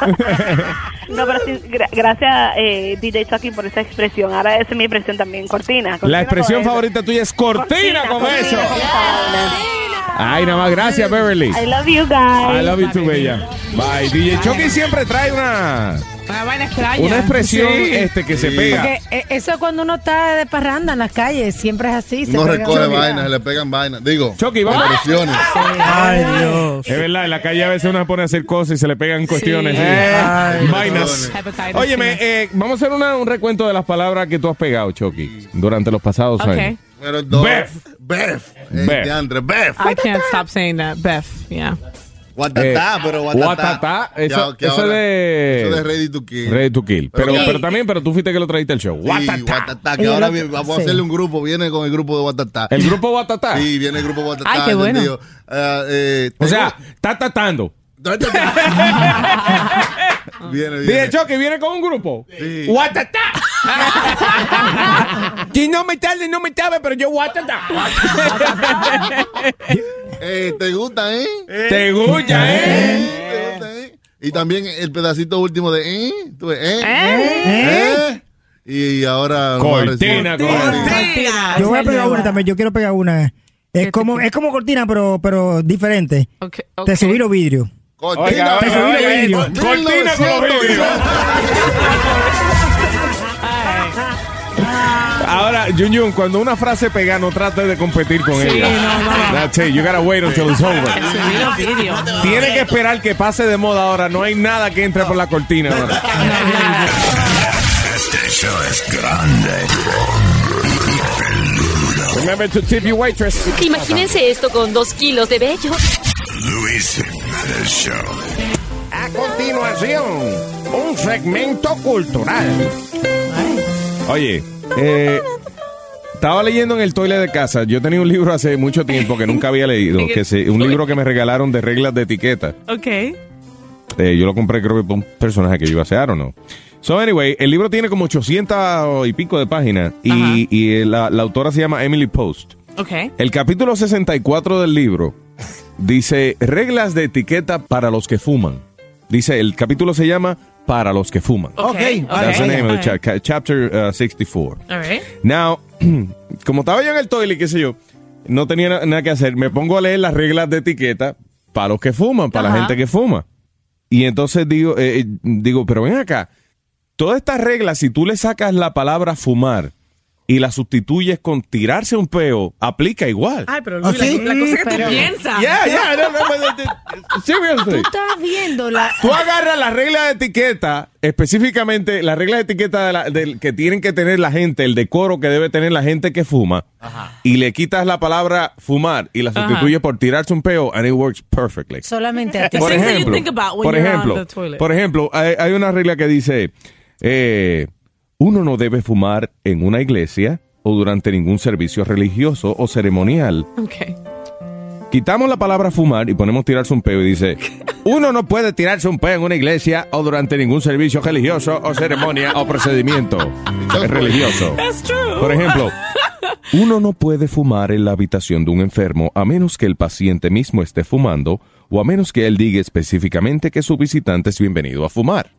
Speaker 18: No, pero sí, gra- gracias, eh, DJ Chucky, por esa expresión. Ahora esa es mi expresión también, cortina.
Speaker 3: La
Speaker 18: cortina
Speaker 3: expresión
Speaker 18: con eso.
Speaker 3: favorita tuya es cortina con
Speaker 18: cortina,
Speaker 3: eso.
Speaker 18: por favor.
Speaker 3: Ay, nada más, gracias, Beverly.
Speaker 18: I love you guys.
Speaker 3: I love you too, bella. Bye. DJ Chucky siempre trae una,
Speaker 15: Ah,
Speaker 21: Una vaina extraña.
Speaker 3: una expresión este, que se pega.
Speaker 15: Porque eh, eso es cuando uno está de parranda en las calles, siempre es así. se
Speaker 8: No
Speaker 15: pega
Speaker 8: recoge
Speaker 15: una-
Speaker 8: vainas, se le pegan vainas. Digo,
Speaker 3: Chucky, vamos.
Speaker 8: expresiones.
Speaker 3: Ay, Dios. Es verdad, en la calle a veces uno se pone a hacer cosas y se le pegan cuestiones.
Speaker 17: Sí.
Speaker 3: y-
Speaker 17: Ay, pues,
Speaker 3: vainas. Óyeme, eh, vamos a hacer una- un recuento de las palabras que tú has pegado, Chucky, durante los pasados
Speaker 21: Ok.
Speaker 3: años.
Speaker 8: Pero dos.
Speaker 3: Beth.
Speaker 8: Beth.
Speaker 3: Beth.
Speaker 8: De Andre, Beth.
Speaker 21: I can't stop saying that. Beth, yeah.
Speaker 8: Guatatá, pero guatatá.
Speaker 3: Eh, Guatatá, eso,
Speaker 8: Que- que
Speaker 3: eso
Speaker 8: ahora-
Speaker 3: de...
Speaker 8: eso de Ready to Kill.
Speaker 3: Ready to Kill. Pero,
Speaker 8: Pero-
Speaker 3: pero también, pero tú fuiste que lo trajiste al show.
Speaker 8: Sí,
Speaker 3: Guatatá.
Speaker 8: Guatatá, que
Speaker 3: Y el
Speaker 8: ahora
Speaker 3: otro-
Speaker 8: vi- vamos
Speaker 3: sí.
Speaker 8: a hacerle un grupo, viene con el grupo de Guatatá.
Speaker 3: ¿El grupo Guatatá?
Speaker 8: Sí, viene el grupo Guatatá.
Speaker 21: Ay, qué bueno.
Speaker 8: entendido. Ah, eh,
Speaker 3: O sea, está tatando.
Speaker 8: viene, viene.
Speaker 3: Dije, Chucky, viene con un grupo. Guatatá. Si no me tarde, no me tarde, pero yo guatatá.
Speaker 8: Eh, ¿Te gusta, eh?
Speaker 3: ¿Te gusta, eh?
Speaker 8: ¿Te gusta, eh? Y también el pedacito último de, eh, tú ves, eh, eh. Y ahora... vamos a recibir-
Speaker 3: Cortina, cortina.
Speaker 13: Yo
Speaker 11: Ah,
Speaker 13: voy a pegar una también, yo quiero pegar una. Es como, es como cortina, pero, pero diferente. Te subí los vidrios.
Speaker 17: Cortina,
Speaker 13: Te subí los vidrios.
Speaker 17: cortina con los vidrios.
Speaker 3: Ahora, Jun Jun, cuando una frase pega, no trates de competir con
Speaker 17: Sí,
Speaker 3: ella.
Speaker 17: no, no.
Speaker 3: That's it. You gotta wait until it's over. Tiene que esperar que pase de moda ahora. No hay nada que entre por la cortina ahora.
Speaker 1: Este show es grande.
Speaker 3: Remember to tip your waitress.
Speaker 19: Imagínense esto con dos kilos de bello.
Speaker 1: Luis Jiménez Show.
Speaker 3: A continuación, un segmento cultural. Oye, eh, estaba leyendo en el toile de casa. Yo tenía un libro hace mucho tiempo que nunca había leído. que se- Un libro que me regalaron de reglas de etiqueta.
Speaker 21: Ok.
Speaker 3: Eh, yo lo compré creo que por un personaje que yo iba a hacer, ¿o no? So, anyway, el libro tiene como 800 y pico de páginas y, y la, la autora se llama Emily Post.
Speaker 21: Ok.
Speaker 3: El capítulo 64 del libro dice reglas de etiqueta para los que fuman. Dice, el capítulo se llama Para los que fuman.
Speaker 11: Oh,
Speaker 17: Ok,
Speaker 3: That's the
Speaker 17: ok.
Speaker 3: name of the cha- ca- chapter uh, 64.
Speaker 17: All right.
Speaker 3: Now, como estaba yo en el toilet, qué sé yo, no tenía na- nada que hacer. Me pongo a leer las reglas de etiqueta para los que fuman, para
Speaker 17: Ajá.
Speaker 3: la gente que fuma. Y entonces digo, eh, eh, digo, pero ven acá. Todas estas reglas, si tú le sacas la palabra fumar y la sustituyes con tirarse un peo, aplica igual.
Speaker 21: Ay, pero Luis, la, la cosa que tú
Speaker 15: Ah,
Speaker 21: piensas.
Speaker 3: Yeah, yeah, no, no, no, no, no,
Speaker 15: Tú
Speaker 3: seriously.
Speaker 15: estás viendo la...
Speaker 3: Tú agarras las reglas de etiqueta, específicamente las reglas de etiqueta de la- del que tienen que tener la gente, el decoro que debe tener la gente que fuma, y le quitas la palabra fumar y la
Speaker 21: Ajá.
Speaker 3: sustituyes por tirarse un peo, and it works perfectly.
Speaker 15: Solamente a ti.
Speaker 3: Por ejemplo, por ejemplo, por ejemplo, hay, hay una regla que dice, eh, uno no debe fumar en una iglesia o durante ningún servicio religioso o ceremonial.
Speaker 21: Okay.
Speaker 3: Quitamos la palabra fumar y ponemos tirarse un peo y dice, uno no puede tirarse un peo en una iglesia o durante ningún servicio religioso o ceremonia o procedimiento religioso.
Speaker 17: That's true.
Speaker 3: Por ejemplo, uno no puede fumar en la habitación de un enfermo a menos que el paciente mismo esté fumando o a menos que él diga específicamente que su visitante es bienvenido a fumar.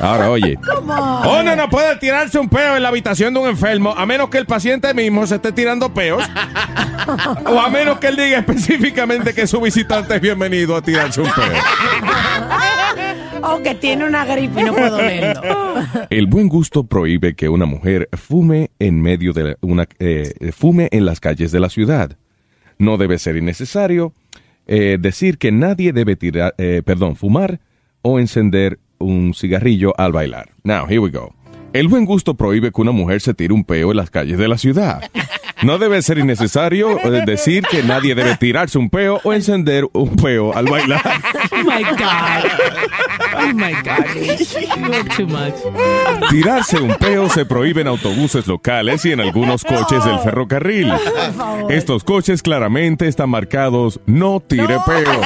Speaker 3: Ahora oye, uno Oh, no puede tirarse un peo en la habitación de un enfermo a menos que el paciente mismo se esté tirando peos o a menos que él diga específicamente que su visitante es bienvenido a tirarse un peo.
Speaker 15: O Oh, que tiene una gripe y no puedo verlo.
Speaker 3: El buen gusto prohíbe que una mujer fume en medio de la- una eh, fume en las calles de la ciudad. No debe ser innecesario eh, decir que nadie debe tirar, eh, perdón, fumar o encender un cigarrillo al bailar. Now, here we go. El buen gusto prohíbe que una mujer se tire un peo en las calles de la ciudad. No debe ser innecesario eh, decir que nadie debe tirarse un peo o encender un peo al bailar.
Speaker 21: Oh my God. Oh my God. You work too much.
Speaker 3: Tirarse un peo se prohíbe en autobuses locales y en algunos coches del ferrocarril. Estos coches claramente están marcados no tire peo.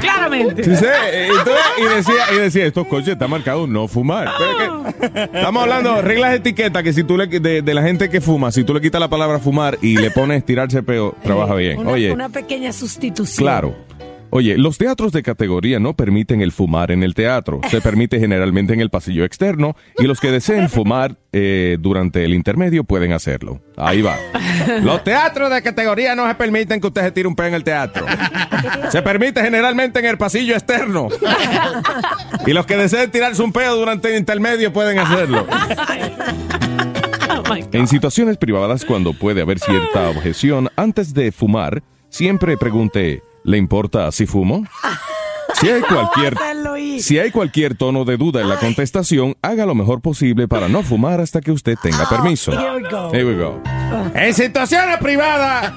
Speaker 21: Claramente.
Speaker 3: Sí, sí, entonces, y, decía, y decía, estos coches están marcados no fumar. Pero es que estamos hablando de reglas de etiqueta que si tú le, de, de la gente que fuma, si tú le quitas la palabra fumar y le pones tirarse peo, trabaja bien.
Speaker 15: Eh, Una,
Speaker 3: Oye,
Speaker 15: una pequeña sustitución.
Speaker 3: Claro. Oye, los teatros de categoría no permiten el fumar en el teatro. Se permite generalmente en el pasillo externo y los que deseen fumar eh, durante el intermedio pueden hacerlo. Ahí va. Los teatros de categoría no se permiten que usted se tire un peo en el teatro. Se permite generalmente en el pasillo externo. Y los que deseen tirarse un peo durante el intermedio pueden hacerlo.
Speaker 21: Oh my God.
Speaker 3: En situaciones privadas, cuando puede haber cierta objeción, antes de fumar, siempre pregunte, ¿le importa si fumo? Si hay cualquier, si hay cualquier tono de duda en la contestación, haga lo mejor posible para no fumar hasta que usted tenga permiso.
Speaker 17: Ah, here we go.
Speaker 3: Here we go.
Speaker 17: En situaciones privadas,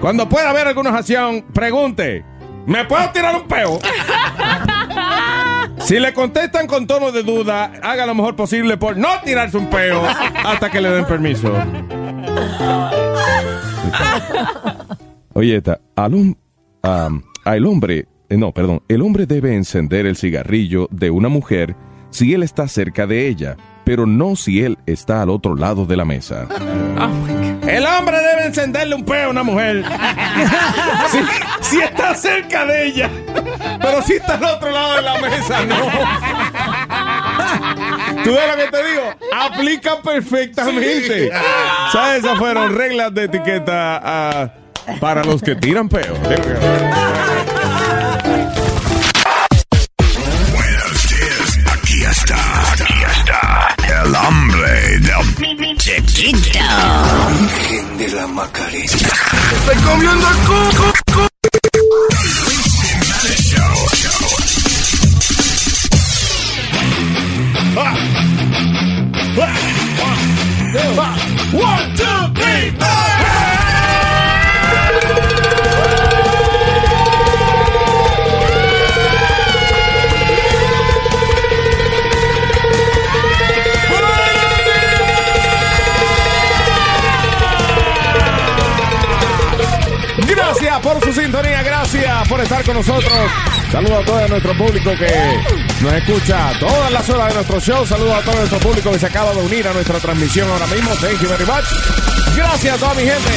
Speaker 3: Cuando pueda haber alguna acción, pregunte, ¿me puedo tirar un peo? Si le contestan con tono de duda, haga lo mejor posible por no tirarse un peo hasta que le den permiso. Oye, esta, al hom- am, al hombre, eh, no, perdón, el hombre debe encender el cigarrillo de una mujer si él está cerca de ella, pero no si él está al otro lado de la mesa.
Speaker 17: el hombre debe encenderle un peo a una mujer. si, si está cerca de ella, pero si está al otro lado de la mesa, no.
Speaker 3: ¿Tú ves lo que te digo? Aplica perfectamente.
Speaker 17: Sí.
Speaker 3: ¿Sabes? Esas fueron reglas de etiqueta ah, para los que tiran peo.
Speaker 1: Aquí está, aquí está. El hambre del chiquito. Virgen de la Macarena. Estoy comiendo el coco.
Speaker 17: One, two, three,
Speaker 3: Gracias por su sintonía, gracias por estar con nosotros. Saludos a todo nuestro público que nos escucha todas las horas de nuestro show. Saludos a todo nuestro público que se acaba de unir a nuestra transmisión ahora mismo. Thank you very much. Gracias a toda mi gente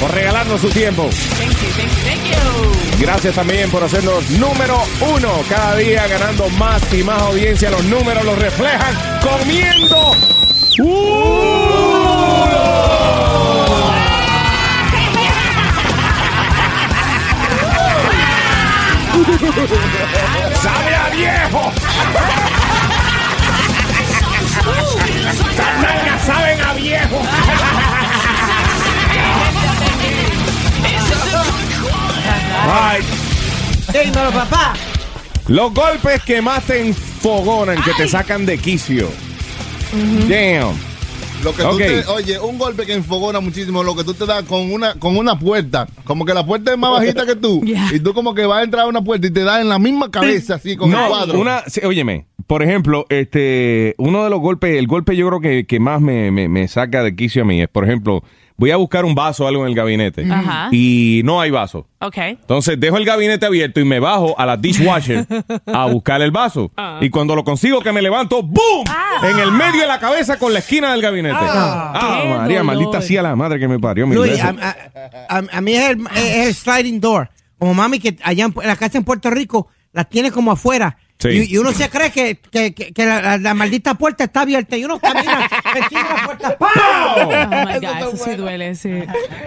Speaker 3: por regalarnos su tiempo.
Speaker 21: Thank you, thank you, thank you.
Speaker 3: Gracias también por hacernos número uno. Cada día ganando más y más audiencia. Los números los reflejan comiendo.
Speaker 17: ¡Sabe a viejo! ¡Las nalgas saben a viejo!
Speaker 3: Ay,
Speaker 7: Dímelo, papá.
Speaker 3: Los golpes que más te enfogonan, que te sacan de quicio. Damn.
Speaker 8: Lo que tú
Speaker 3: Ok.
Speaker 8: te- oye, un golpe que enfogona muchísimo, lo que tú te das con una, con una puerta, como que la puerta es más bajita que tú, y tú como que vas a entrar a una puerta y te das en la misma cabeza, así con el
Speaker 3: No,
Speaker 8: cuadro.
Speaker 3: una, sí, óyeme, por ejemplo, este, uno de los golpes, el golpe yo creo que, que más me, me- me saca de quicio a mí es, por ejemplo, voy a buscar un vaso o algo en el gabinete
Speaker 21: Ajá.
Speaker 3: y no hay vaso.
Speaker 21: Okay.
Speaker 3: Entonces dejo el gabinete abierto y me bajo a la dishwasher a buscar el vaso.
Speaker 21: Ah.
Speaker 3: Y cuando lo consigo que me levanto, ¡boom! En el medio de la cabeza con la esquina del gabinete.
Speaker 7: Ah.
Speaker 3: Ah,
Speaker 7: Qué
Speaker 3: María,
Speaker 7: dolor.
Speaker 3: maldita sea la madre que me parió. mil
Speaker 7: Luis,
Speaker 3: veces.
Speaker 7: a, a- a- a mí es el, es el sliding door. Como mami que allá en, Pu- la casa en Puerto Rico la tiene como afuera.
Speaker 3: Sí.
Speaker 7: Y, y uno se cree que, que- que- que la, la- la maldita puerta está abierta y uno camina, encima de la puerta,
Speaker 5: Oh
Speaker 7: ¡pam!
Speaker 5: my God, eso sí duele, sí.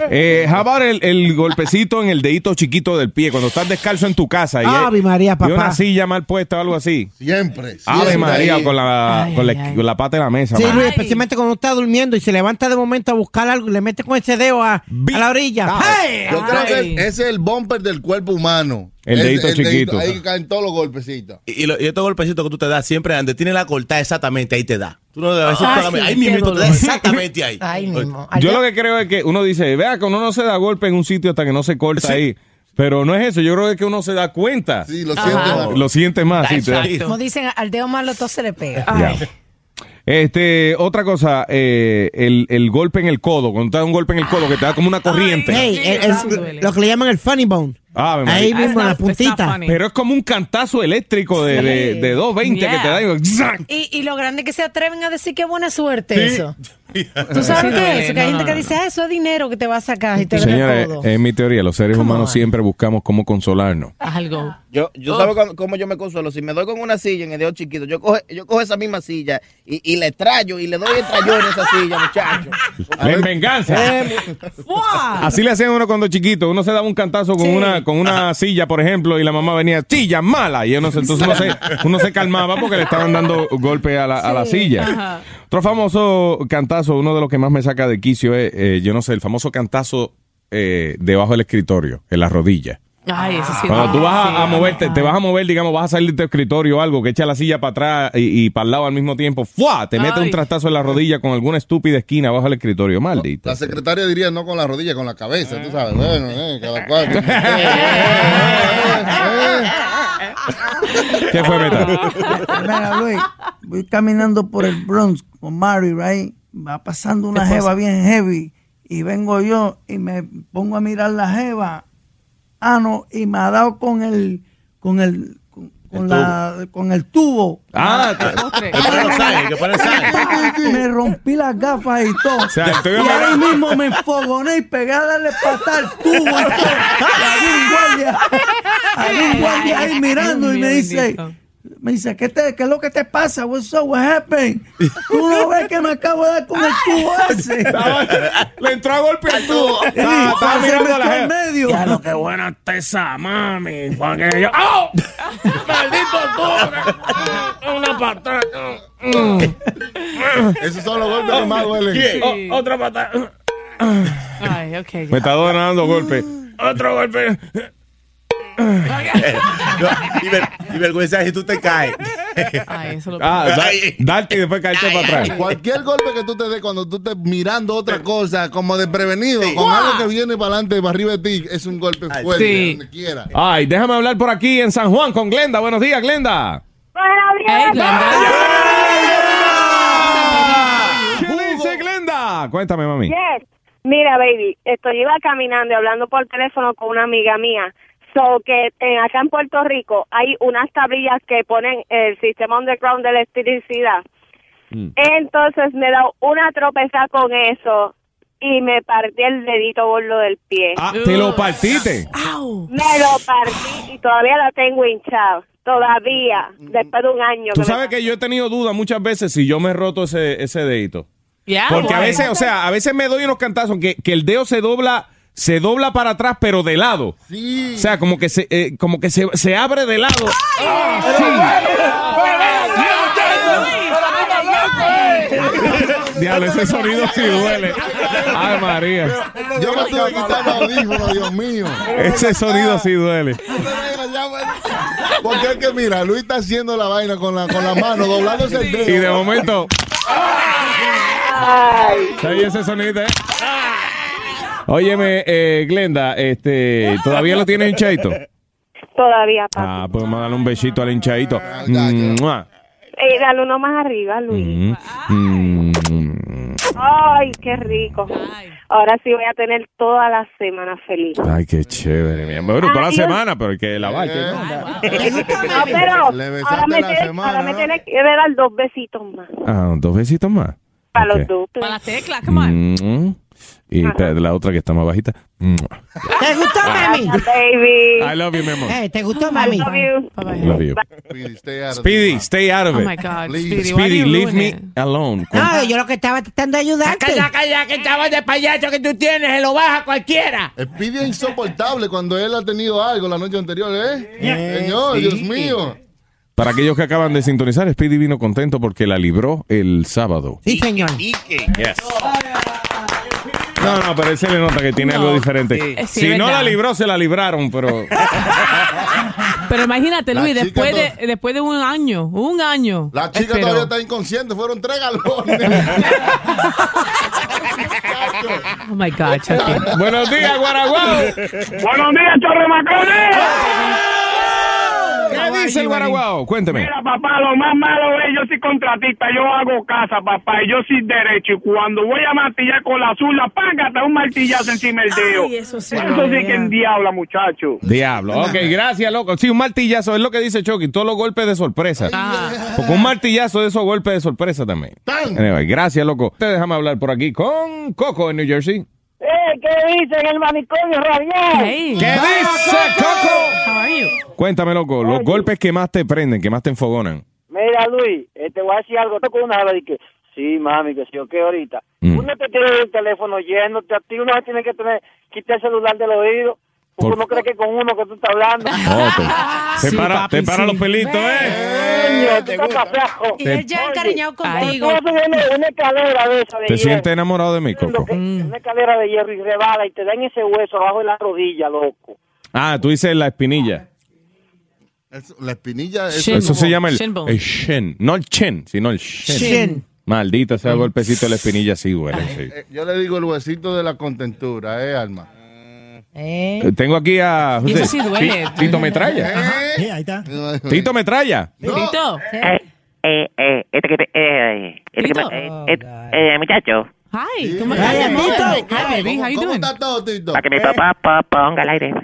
Speaker 3: Eh, how about el, el golpecito en el dedito chiquito del pie cuando estás descalzo en tu casa y,
Speaker 7: Ave María,
Speaker 3: y una
Speaker 7: papá.
Speaker 3: silla mal puesta o algo así.
Speaker 8: Siempre.
Speaker 3: Ave
Speaker 8: siempre
Speaker 3: María,
Speaker 8: ahí.
Speaker 3: con la, con, la, con la pata de la mesa.
Speaker 7: Sí,
Speaker 3: mano.
Speaker 7: Luis, especialmente cuando uno está durmiendo y se levanta de momento a buscar algo y le mete con ese dedo a, a la orilla. ¡Hey!
Speaker 8: Ah, Yo creo que ese es el bumper del cuerpo humano.
Speaker 3: El
Speaker 8: Ese-
Speaker 3: dedito chiquito.
Speaker 8: Ahí caen todos los golpecitos.
Speaker 22: Y, y lo- y estos golpecitos que tú te das siempre antes, tiene la cortada exactamente, ahí te da. Tú no debes
Speaker 11: Ah,
Speaker 22: solamente-
Speaker 11: sí,
Speaker 22: ahí
Speaker 11: qué
Speaker 22: mismo te da
Speaker 11: dolor.
Speaker 22: exactamente ahí.
Speaker 3: Yo lo que creo es que uno dice, vea que uno no se da golpe en un sitio hasta que no se corta ahí. Pero no es eso, yo creo que uno se da cuenta. Sí, lo
Speaker 15: Ajá. siente más.
Speaker 3: Lo siente más. sí, te da-
Speaker 15: Como dicen, al dedo malo todo se le pega.
Speaker 3: Ya. Este, otra cosa, eh, el, el golpe en el codo, cuando te da un golpe en el codo que te da como una corriente.
Speaker 7: Hey, el- el- lo que le llaman el funny bone.
Speaker 3: Ave María.
Speaker 7: Ahí mismo, en la puntita.
Speaker 3: Ah, Pero es como un cantazo eléctrico de, de, de 220 que te da. y- ¡zac!
Speaker 15: Y, y lo grande que se atreven a decir que buena suerte
Speaker 3: Sí.
Speaker 15: eso. ¿Tú sabes
Speaker 3: Sí,
Speaker 15: qué es
Speaker 3: duele,
Speaker 15: eso? Que hay
Speaker 3: no,
Speaker 15: gente
Speaker 3: no,
Speaker 15: que
Speaker 3: no.
Speaker 15: dice, ah, eso es dinero que te va a sacar y te da
Speaker 3: Señora,
Speaker 15: el
Speaker 3: es,
Speaker 15: codo.
Speaker 3: es mi teoría. Los seres humanos siempre buscamos cómo consolarnos.
Speaker 15: Algo.
Speaker 19: Yo, yo
Speaker 15: Oh.
Speaker 19: sabes cómo, cómo yo me consuelo. Si me doy con una silla en el dedo chiquito, yo cojo, yo cojo esa misma silla y, y le trayo y le doy el trayón a esa silla, muchacho.
Speaker 3: En venganza.
Speaker 19: Eh, Ah.
Speaker 3: Así le hacían a uno cuando chiquito. Uno se daba un cantazo con una con una silla, por ejemplo, y la mamá venía, silla mala. Y uno se, entonces uno se, uno se calmaba porque le estaban dando golpe a la, a la silla.
Speaker 11: ajá.
Speaker 3: Otro famoso cantazo, uno de los que más me saca de quicio es, eh, yo no sé, el famoso cantazo eh, debajo del escritorio, en la rodilla.
Speaker 5: Ay, eso sí
Speaker 3: Cuando tú
Speaker 5: duele,
Speaker 3: vas
Speaker 5: sí.
Speaker 3: a, a moverte, te vas a mover, digamos, vas a salir de tu escritorio o algo, que echa la silla para atrás y, para el lado al mismo tiempo, ¡fua! Te mete
Speaker 8: Ay.
Speaker 3: un trastazo en la rodilla con alguna estúpida esquina bajo el escritorio, maldito.
Speaker 8: La secretaria diría no con la rodilla, con la cabeza, tú sabes. Bueno, eh, eh, cada cual.
Speaker 23: Eh,
Speaker 3: ¿Qué fue, Meta?
Speaker 23: Mira, Luis, voy caminando por el Bronx con Mary, right? Va pasando una
Speaker 11: ¿Qué pasa?
Speaker 23: jeva bien heavy y vengo yo y me pongo a mirar la jeva. Ah, no, y me ha dado con el con el con, con la con el tubo.
Speaker 3: Ah,
Speaker 19: que ponen los saques, que ponen los saques.
Speaker 23: Me rompí las gafas y todo.
Speaker 19: sea, el tuyo
Speaker 23: y
Speaker 19: me-
Speaker 23: ahí mismo me enfogoné y pegué a darle patada al tubo. y todo. Y había un guardia, había un guardia ahí mirando y me dice, me dice, ¿qué, te, ¿qué es lo que te pasa? What's up? What happened? ¿Tú no ves que me acabo de dar con el tubo ese?
Speaker 3: Le entró a golpe al tubo.
Speaker 11: Estaba-
Speaker 23: ah,
Speaker 11: estaba mirando a la
Speaker 23: en
Speaker 11: jefa.
Speaker 23: medio.
Speaker 11: Ya lo que buena está esa mami. Porque yo. ¡Oh! ¡Maldito tú! Una patada. Mm.
Speaker 8: Mm. Esos son los golpes que más duelen.
Speaker 11: Sí. O- otra patada.
Speaker 5: Ay, ok.
Speaker 3: Me está donando golpe.
Speaker 22: Otro golpe. y, ver- y vergüenza si tú te caes.
Speaker 3: Ah, da- darte y después caerte para atrás.
Speaker 8: Cualquier golpe que tú te des cuando tú estés mirando otra cosa, como desprevenido, con algo que viene para adelante, para arriba de ti, es un golpe fuerte,
Speaker 3: sí.
Speaker 8: donde quiera.
Speaker 3: Ay, déjame hablar por aquí en San Juan con Glenda. Buenos días, Glenda. ¿Qué dice Glenda? Cuéntame, mami.
Speaker 14: Yes. Mira, baby, esto yo iba caminando y hablando por teléfono con una amiga mía. So que eh, acá en Puerto Rico hay unas tablillas que ponen el sistema underground de electricidad.
Speaker 3: Mm.
Speaker 14: Entonces me he dado una tropezada con eso y me partí el dedito gordo del pie.
Speaker 3: Ah, Te lo partiste.
Speaker 14: Me lo partí y todavía la tengo hinchado. Todavía, después de un año.
Speaker 3: Tú
Speaker 14: que me-
Speaker 3: sabes que yo he tenido dudas muchas veces si yo me he roto ese, ese dedito.
Speaker 5: Yeah,
Speaker 3: Porque a
Speaker 5: why?
Speaker 3: veces, o sea, a veces me doy unos cantazos que, que el dedo se dobla, se dobla para atrás, pero de lado. O sea, como que se, eh, como que se, se abre de lado. Diablo, ese sonido sí duele. Ay, María.
Speaker 8: Yo me tuve que quitar los audífonos, Dios mío.
Speaker 3: Ese sonido sí duele.
Speaker 8: Porque es que mira, Luis está haciendo la vaina con la, con la mano, doblándose el dedo.
Speaker 3: Y de momento. ¿Se oye ese sonido? eh? Óyeme, eh, Glenda, este, ¿todavía lo tienes hinchadito?
Speaker 14: Todavía, papá.
Speaker 3: Ah, pues vamos a darle un besito al hinchadito. Mua.
Speaker 14: Eh, dale uno más arriba, Luis.
Speaker 3: Mm, mm.
Speaker 14: Ay, qué rico. Ahora sí voy a tener toda la semana feliz.
Speaker 3: Ay, qué chévere, mi amor. Bueno, toda la
Speaker 14: Ay,
Speaker 3: semana, pero hay que la bache.
Speaker 7: Eh.
Speaker 18: Ah,
Speaker 14: No, pero
Speaker 3: Le
Speaker 14: ahora
Speaker 3: besaste
Speaker 14: me,
Speaker 3: la
Speaker 14: tienes,
Speaker 3: semana,
Speaker 14: ahora me
Speaker 3: ¿no?
Speaker 14: tienes que dar dos besitos más.
Speaker 3: Ah, dos besitos más.
Speaker 14: Para
Speaker 18: pues.
Speaker 3: Ok.
Speaker 14: los dos.
Speaker 5: Para la tecla,
Speaker 3: Mm. y ta- la otra que está más bajita.
Speaker 7: ¿Te gustó, mami?
Speaker 24: Baby.
Speaker 3: I love you, Memo.
Speaker 11: Eh,
Speaker 7: Hey, ¿Te gustó, mami?
Speaker 3: Love you. Speedy, stay out of it.
Speaker 7: Oh, my God,
Speaker 3: Speedy,
Speaker 7: Speedy, why do you
Speaker 3: leave
Speaker 7: ruin
Speaker 3: me alone.
Speaker 7: No, yo lo que estaba tratando de ayudarte.
Speaker 25: Calla, calla, que chaval de payaso que tú tienes, se lo baja cualquiera.
Speaker 8: Speedy es insoportable cuando él ha tenido algo la noche anterior, ¿eh? Señor, Dios mío.
Speaker 3: Eh, Para aquellos que acaban de sintonizar, Speedy vino contento porque la libró el sábado.
Speaker 7: Sí, señor.
Speaker 3: Yes. No, no, pero él se le nota que tiene algo diferente.
Speaker 5: Sí. Sí,
Speaker 3: si no
Speaker 5: verdad.
Speaker 3: la libró, se la libraron, pero...
Speaker 5: Pero imagínate,
Speaker 3: La
Speaker 5: Luis,
Speaker 3: chica
Speaker 5: después de, después de un año, un año.
Speaker 8: La chica
Speaker 5: esperó.
Speaker 8: todavía está inconsciente, fueron tres galones.
Speaker 5: Oh my God, Chucky.
Speaker 3: Buenos días, Guaraguao.
Speaker 11: Buenos días, Torremacones.
Speaker 3: ¿Qué dice el Guaraguao? Cuénteme.
Speaker 11: Mira, Ah, papá, lo más malo es, yo soy contratista, yo hago casa, papá, y yo soy derecho, y cuando voy a martillar con la zurda, págate un martillazo encima del dedo.
Speaker 5: Ay, eso sí,
Speaker 11: Eso
Speaker 5: no,
Speaker 11: sí que
Speaker 5: ya.
Speaker 11: en diabla, muchacho.
Speaker 3: Diablo. Ok, gracias, loco. Sí, un martillazo es lo que dice Chucky. Todos los golpes de sorpresa. Porque un martillazo de esos golpes de sorpresa también. Anyway, gracias, loco. Te déjame hablar por aquí con Coco en New Jersey.
Speaker 10: Eh, ¿Qué dicen el manicomio radial?
Speaker 3: ¿Qué dice, Coco?
Speaker 10: How are you?
Speaker 3: Cuéntame, loco, los golpes que más te prenden, que más te enfogonan.
Speaker 10: Mira, Luis, eh, te voy a decir algo. Toco una hora y que, sí, mami, que sí, o qué ahorita.
Speaker 3: Mm.
Speaker 10: Uno te tiene el teléfono lleno, te- a ti uno se tiene que tener, quitar el celular del oído. Porque
Speaker 3: Por-
Speaker 10: uno cree que con uno que tú estás hablando.
Speaker 3: Oh, te, te
Speaker 10: Sí,
Speaker 3: para,
Speaker 10: papi,
Speaker 3: te para
Speaker 10: sí.
Speaker 3: los pelitos, ¿eh?
Speaker 10: Coño, tú estás pa' flaco.
Speaker 3: Y él
Speaker 26: ya
Speaker 10: Oye,
Speaker 26: encariñado contigo.
Speaker 10: Tú vas subiendo una escalera de esa de
Speaker 3: Te
Speaker 10: hierro,
Speaker 3: sientes enamorado de mí, Coco.
Speaker 10: Una escalera de hierro y rebala y te dan ese hueso abajo de la rodilla, loco.
Speaker 3: Ah, tú dices la espinilla.
Speaker 8: Eso, la espinilla es
Speaker 3: Eso se llama el,
Speaker 8: Shin bone.
Speaker 3: el shin. No el chin, sino el shin.
Speaker 8: Shin.
Speaker 3: Maldita
Speaker 8: Mm.
Speaker 3: sea el golpecito de la espinilla, sí duele. sí.
Speaker 8: Eh, Yo le digo el huesito de la contentura, ¿eh, Alma?
Speaker 3: Eh, Tengo aquí a.
Speaker 8: Y
Speaker 3: ¿who's
Speaker 8: eso
Speaker 3: this?
Speaker 8: sí duele.
Speaker 3: Ti- Tito Metralla.
Speaker 13: ahí está.
Speaker 3: Tito Metralla.
Speaker 5: Tito.
Speaker 27: Eh, eh, este que te- eh, este que me-
Speaker 5: Tito.
Speaker 27: eh, eh, eh, muchacho,
Speaker 5: Hi, ¿cómo estás? mi amor? Hi, baby, how you doing?
Speaker 27: para
Speaker 8: eh.
Speaker 27: que mi papá po- ponga el aire.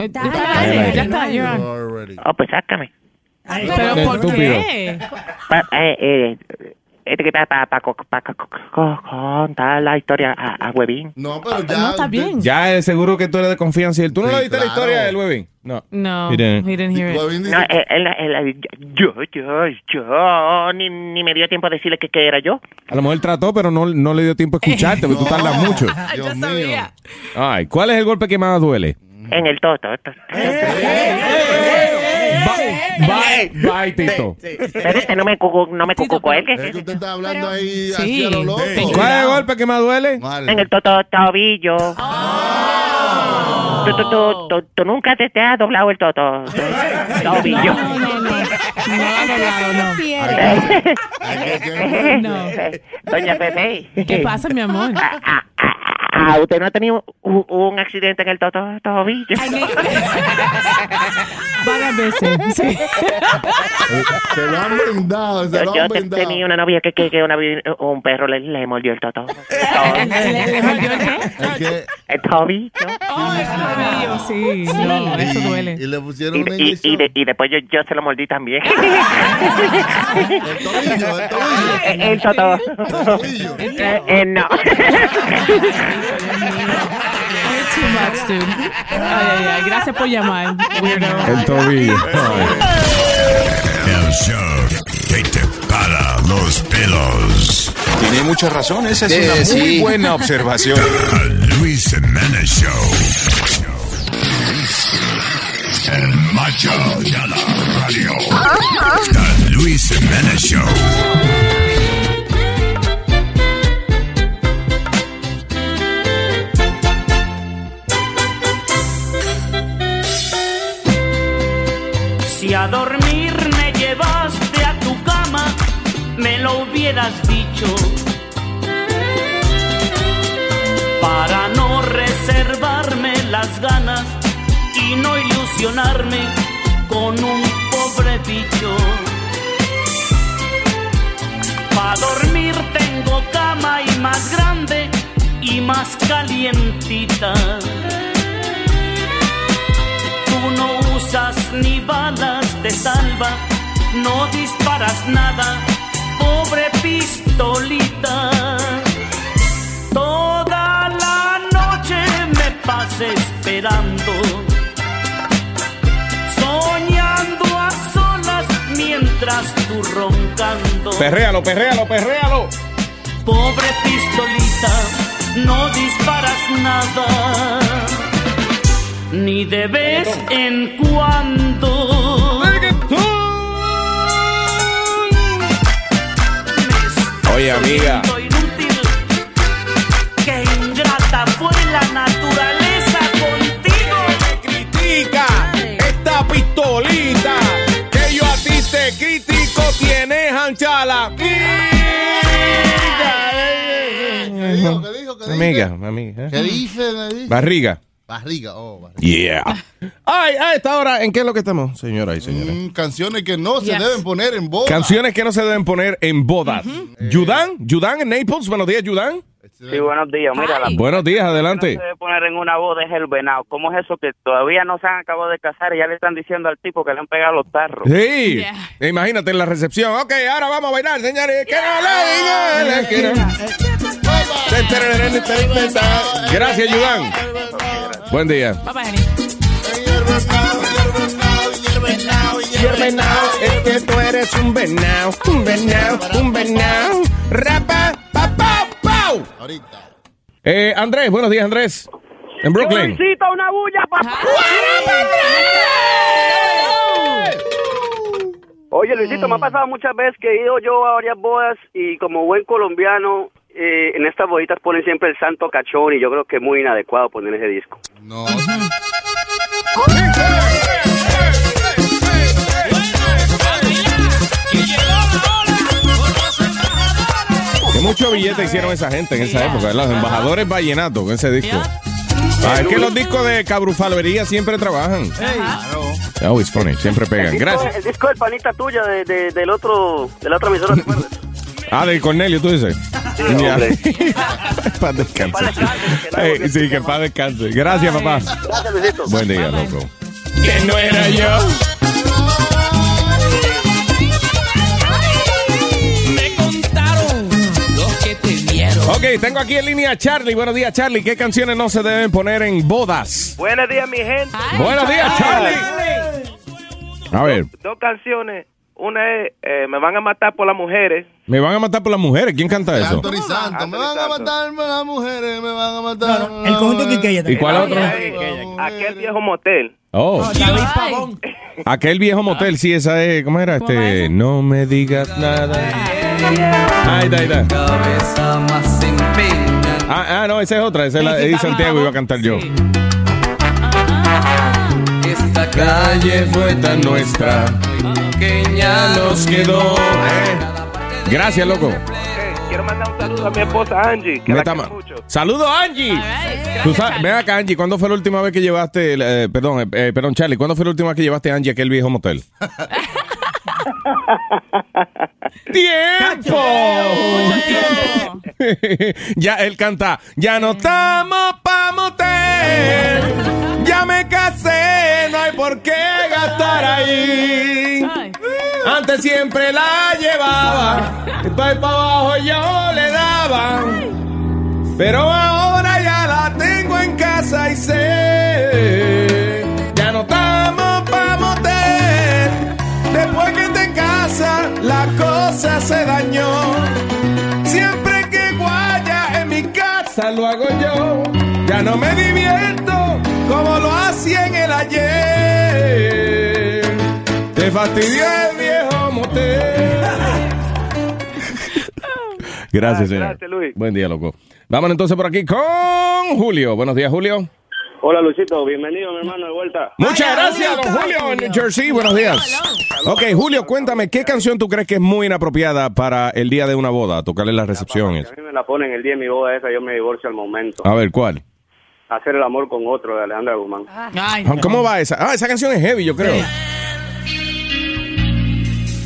Speaker 5: Eh, tú estás al aire, Ya está, you're on.
Speaker 27: Oh, pues sácame.
Speaker 5: Pero
Speaker 27: Qué
Speaker 5: ¿por qué?
Speaker 27: estúpido. Pa- eh, eh, este que está para contar la historia a, a Huevín.
Speaker 8: No, pero
Speaker 27: ya. No, está bien.
Speaker 3: Ya eh, seguro que tú eres de confianza y él. ¿Tú no
Speaker 27: Sí,
Speaker 3: le diste la
Speaker 27: claro.
Speaker 3: historia del huevín? No.
Speaker 5: No,
Speaker 3: He didn't. he
Speaker 5: didn't hear it.
Speaker 27: No, eh, él- él- él- yo, yo, yo, ni, ni me dio tiempo de decirle que, que era yo.
Speaker 3: A lo mejor trató, pero no, no le dio tiempo a escucharte, porque tú tardas mucho.
Speaker 5: Ah,
Speaker 27: Yo sabía.
Speaker 3: Ay, ¿cuál es el golpe que más duele?
Speaker 27: En el toto. esto.
Speaker 3: Bye, bye, Tito.
Speaker 27: Espérate, no me cucu, no me cucu,
Speaker 8: Es que usted está hablando ahí
Speaker 27: Sí.
Speaker 8: así a lo loco.
Speaker 3: ¿Cuál es el golpe que más duele?
Speaker 27: En el toto tobillo. Tú, tú, tú, tú- tú nunca te, te has doblado el toto. Tobillo. Doña Pepe.
Speaker 5: ¿Qué pasa, mi amor?
Speaker 27: Ah, ¿usted no ha tenido un, un accidente en el toto tobillo?
Speaker 5: Varias veces. sí.
Speaker 8: Se lo han brindado, se
Speaker 27: Yo,
Speaker 8: lo
Speaker 27: yo
Speaker 8: han
Speaker 27: te-
Speaker 8: brindado.
Speaker 27: tenía una novia que, que, que una vi- un perro le, le mordió el toto. El tobillo.
Speaker 5: Oh, Sí, no, eso duele.
Speaker 8: Y le pusieron
Speaker 27: Y,
Speaker 8: una
Speaker 27: y- y
Speaker 8: inyección.
Speaker 27: de- y después yo, yo se lo mordí también. El, el toto. Eh, eh, no.
Speaker 5: You're too much, dude. Ay, ay, ay. Gracias por llamar. Weirdo.
Speaker 3: El tobillo.
Speaker 21: El show que te para los pelos. Tiene mucha razón, esa
Speaker 28: es Sí, una muy sí. buena
Speaker 21: observación. Luis Jiménez Show. El macho de la radio.
Speaker 3: eh,
Speaker 21: The Luis Jiménez Show.
Speaker 20: Si a dormir me llevaste a tu cama, me lo hubieras dicho. Para no reservarme las ganas y no ilusionarme con un pobre bicho. Para dormir tengo cama y más grande y más calientita. Tú no usas ni balas de salva, no disparas nada, pobre pistolita. Toda la estás esperando. Soñando a solas mientras tú roncando.
Speaker 3: Perréalo, perréalo, perréalo.
Speaker 20: Pobre pistolita, no disparas nada. Ni de vez en cuando.
Speaker 3: Oye, amiga.
Speaker 20: Inútil, que ingrata fue la naturaleza contigo.
Speaker 3: Critica esta pistolita que yo a ti te critico, tienes ancha la Amiga, amiga. ¿eh?
Speaker 8: ¿Qué dice? me dice?
Speaker 3: Barriga.
Speaker 8: Barriga, oh, barriga.
Speaker 3: Yeah. Ay, a esta hora, ¿en qué es lo que estamos, señora y señores?
Speaker 8: Mm, canciones que no se deben poner en boda.
Speaker 3: Canciones que no se deben poner en bodas. Yudan, Yudan en Naples. Buenos días, Yudan.
Speaker 10: Sí, buenos días. Mira, la
Speaker 3: Buenos días,
Speaker 10: que
Speaker 3: adelante.
Speaker 10: no se debe poner en una boda es el venado. ¿Cómo es eso que todavía no se han acabado de casar y ya le están diciendo al tipo que le han pegado los tarros?
Speaker 3: Sí, imagínate en la recepción. Ok, ahora vamos a bailar, señores. Que no la digan, que no- Gracias, Yudan. Buen día. venao, es que tú eres un venao, un venao, un venao. Rapa, pa, pa, pau. Eh, Andrés, buenos días, Andrés. En Brooklyn.
Speaker 29: Necesita una bulla, papá.
Speaker 10: Oye, Luisito, me ha pasado muchas veces que he ido yo a varias bodas y como buen colombiano, eh, en estas boditas ponen siempre el santo cachón y yo creo que es muy inadecuado poner ese disco.
Speaker 3: Que mucho billete hicieron esa gente en esa época, ¿verdad? Los embajadores vallenato con ese disco. Ah, es que los discos de cabrufalbería siempre trabajan. Always funny, siempre pegan.
Speaker 10: El disco-
Speaker 3: Gracias.
Speaker 10: El disco del panita tuya de, de- del otro, de la otra emisora, ¿te acuerdas?
Speaker 3: Ah, del Cornelio, tú dices.
Speaker 10: Sí,
Speaker 3: Ya.
Speaker 10: hombre.
Speaker 3: Paz descanse. Eh, Sí, que paz descanse. Gracias, papá.
Speaker 10: Gracias, Luisito.
Speaker 3: Buen día, loco.
Speaker 1: Que no era yo.
Speaker 5: Me contaron los que te vieron.
Speaker 3: Ok, tengo aquí en línea a Charlie. Buenos días, Charlie. ¿Qué canciones no se deben poner en bodas?
Speaker 11: Buenos días, mi gente.
Speaker 3: Buenos días, A ver,
Speaker 11: Dos canciones. Una es eh, Me van a matar por las mujeres.
Speaker 3: me van a matar por las mujeres. ¿Quién canta eso?
Speaker 8: Anthony Santos, me van a matar las mujeres, me van a matar.
Speaker 11: el conjunto
Speaker 3: Quiqueya también. ¿Y cuál otro?
Speaker 11: Aquel viejo motel.
Speaker 3: Oh,
Speaker 11: Pavón.
Speaker 3: aquel viejo motel, sí, esa es. ¿Cómo era? Este, no me digas nada. Ahí está, ahí está. Ah, ah, no, esa es otra. Esa es la de Santiago, iba a cantar yo.
Speaker 20: Ah,
Speaker 5: Esta
Speaker 3: calle fue tan nuestra
Speaker 5: que ya nos quedó.
Speaker 3: Gracias, loco.
Speaker 11: Quiero mandar un saludo a mi esposa Angie. Que
Speaker 3: Me
Speaker 11: la
Speaker 3: está
Speaker 11: quiero
Speaker 3: ma-
Speaker 11: mucho.
Speaker 3: Saludos, Angie. Tú sabes- ven acá, Angie, ¿cuándo fue la última vez que llevaste, eh, perdón, eh, eh, perdón, Charlie, ¿cuándo fue la última vez que llevaste a Angie a aquel viejo motel? ¡Tiempo! ya él canta, ya no estamos pa' motel, ya me casé, no hay por qué gastar ahí. Antes siempre la llevaba, estoy pa' abajo yo le daba, pero ahora ya la tengo en casa y sé, ya no estamos pa' motel. Después que te casa, la cosa se dañó. Siempre que guaya en mi casa lo hago yo. Ya no me divierto como lo hacía en el ayer. Te fastidió el viejo motel.
Speaker 11: Ah,
Speaker 3: Gracias, señor. Buen día, loco. Vamos entonces por aquí con Julio. Buenos días, Julio.
Speaker 11: Hola, Luisito. Bienvenido, mi hermano, de vuelta.
Speaker 3: Muchas gracias, don Julio en New Jersey. Buenos días. Ok, Julio, cuéntame, ¿qué canción tú crees que es muy inapropiada para el día de una boda? Tocarle las recepciones.
Speaker 11: A mí me la ponen el día de mi boda esa, yo me divorcio al momento.
Speaker 3: A ver, ¿cuál?
Speaker 11: Hacer el amor con otro de Alejandra Guzmán.
Speaker 3: ¿Cómo va esa? Ah, esa canción es heavy, yo creo.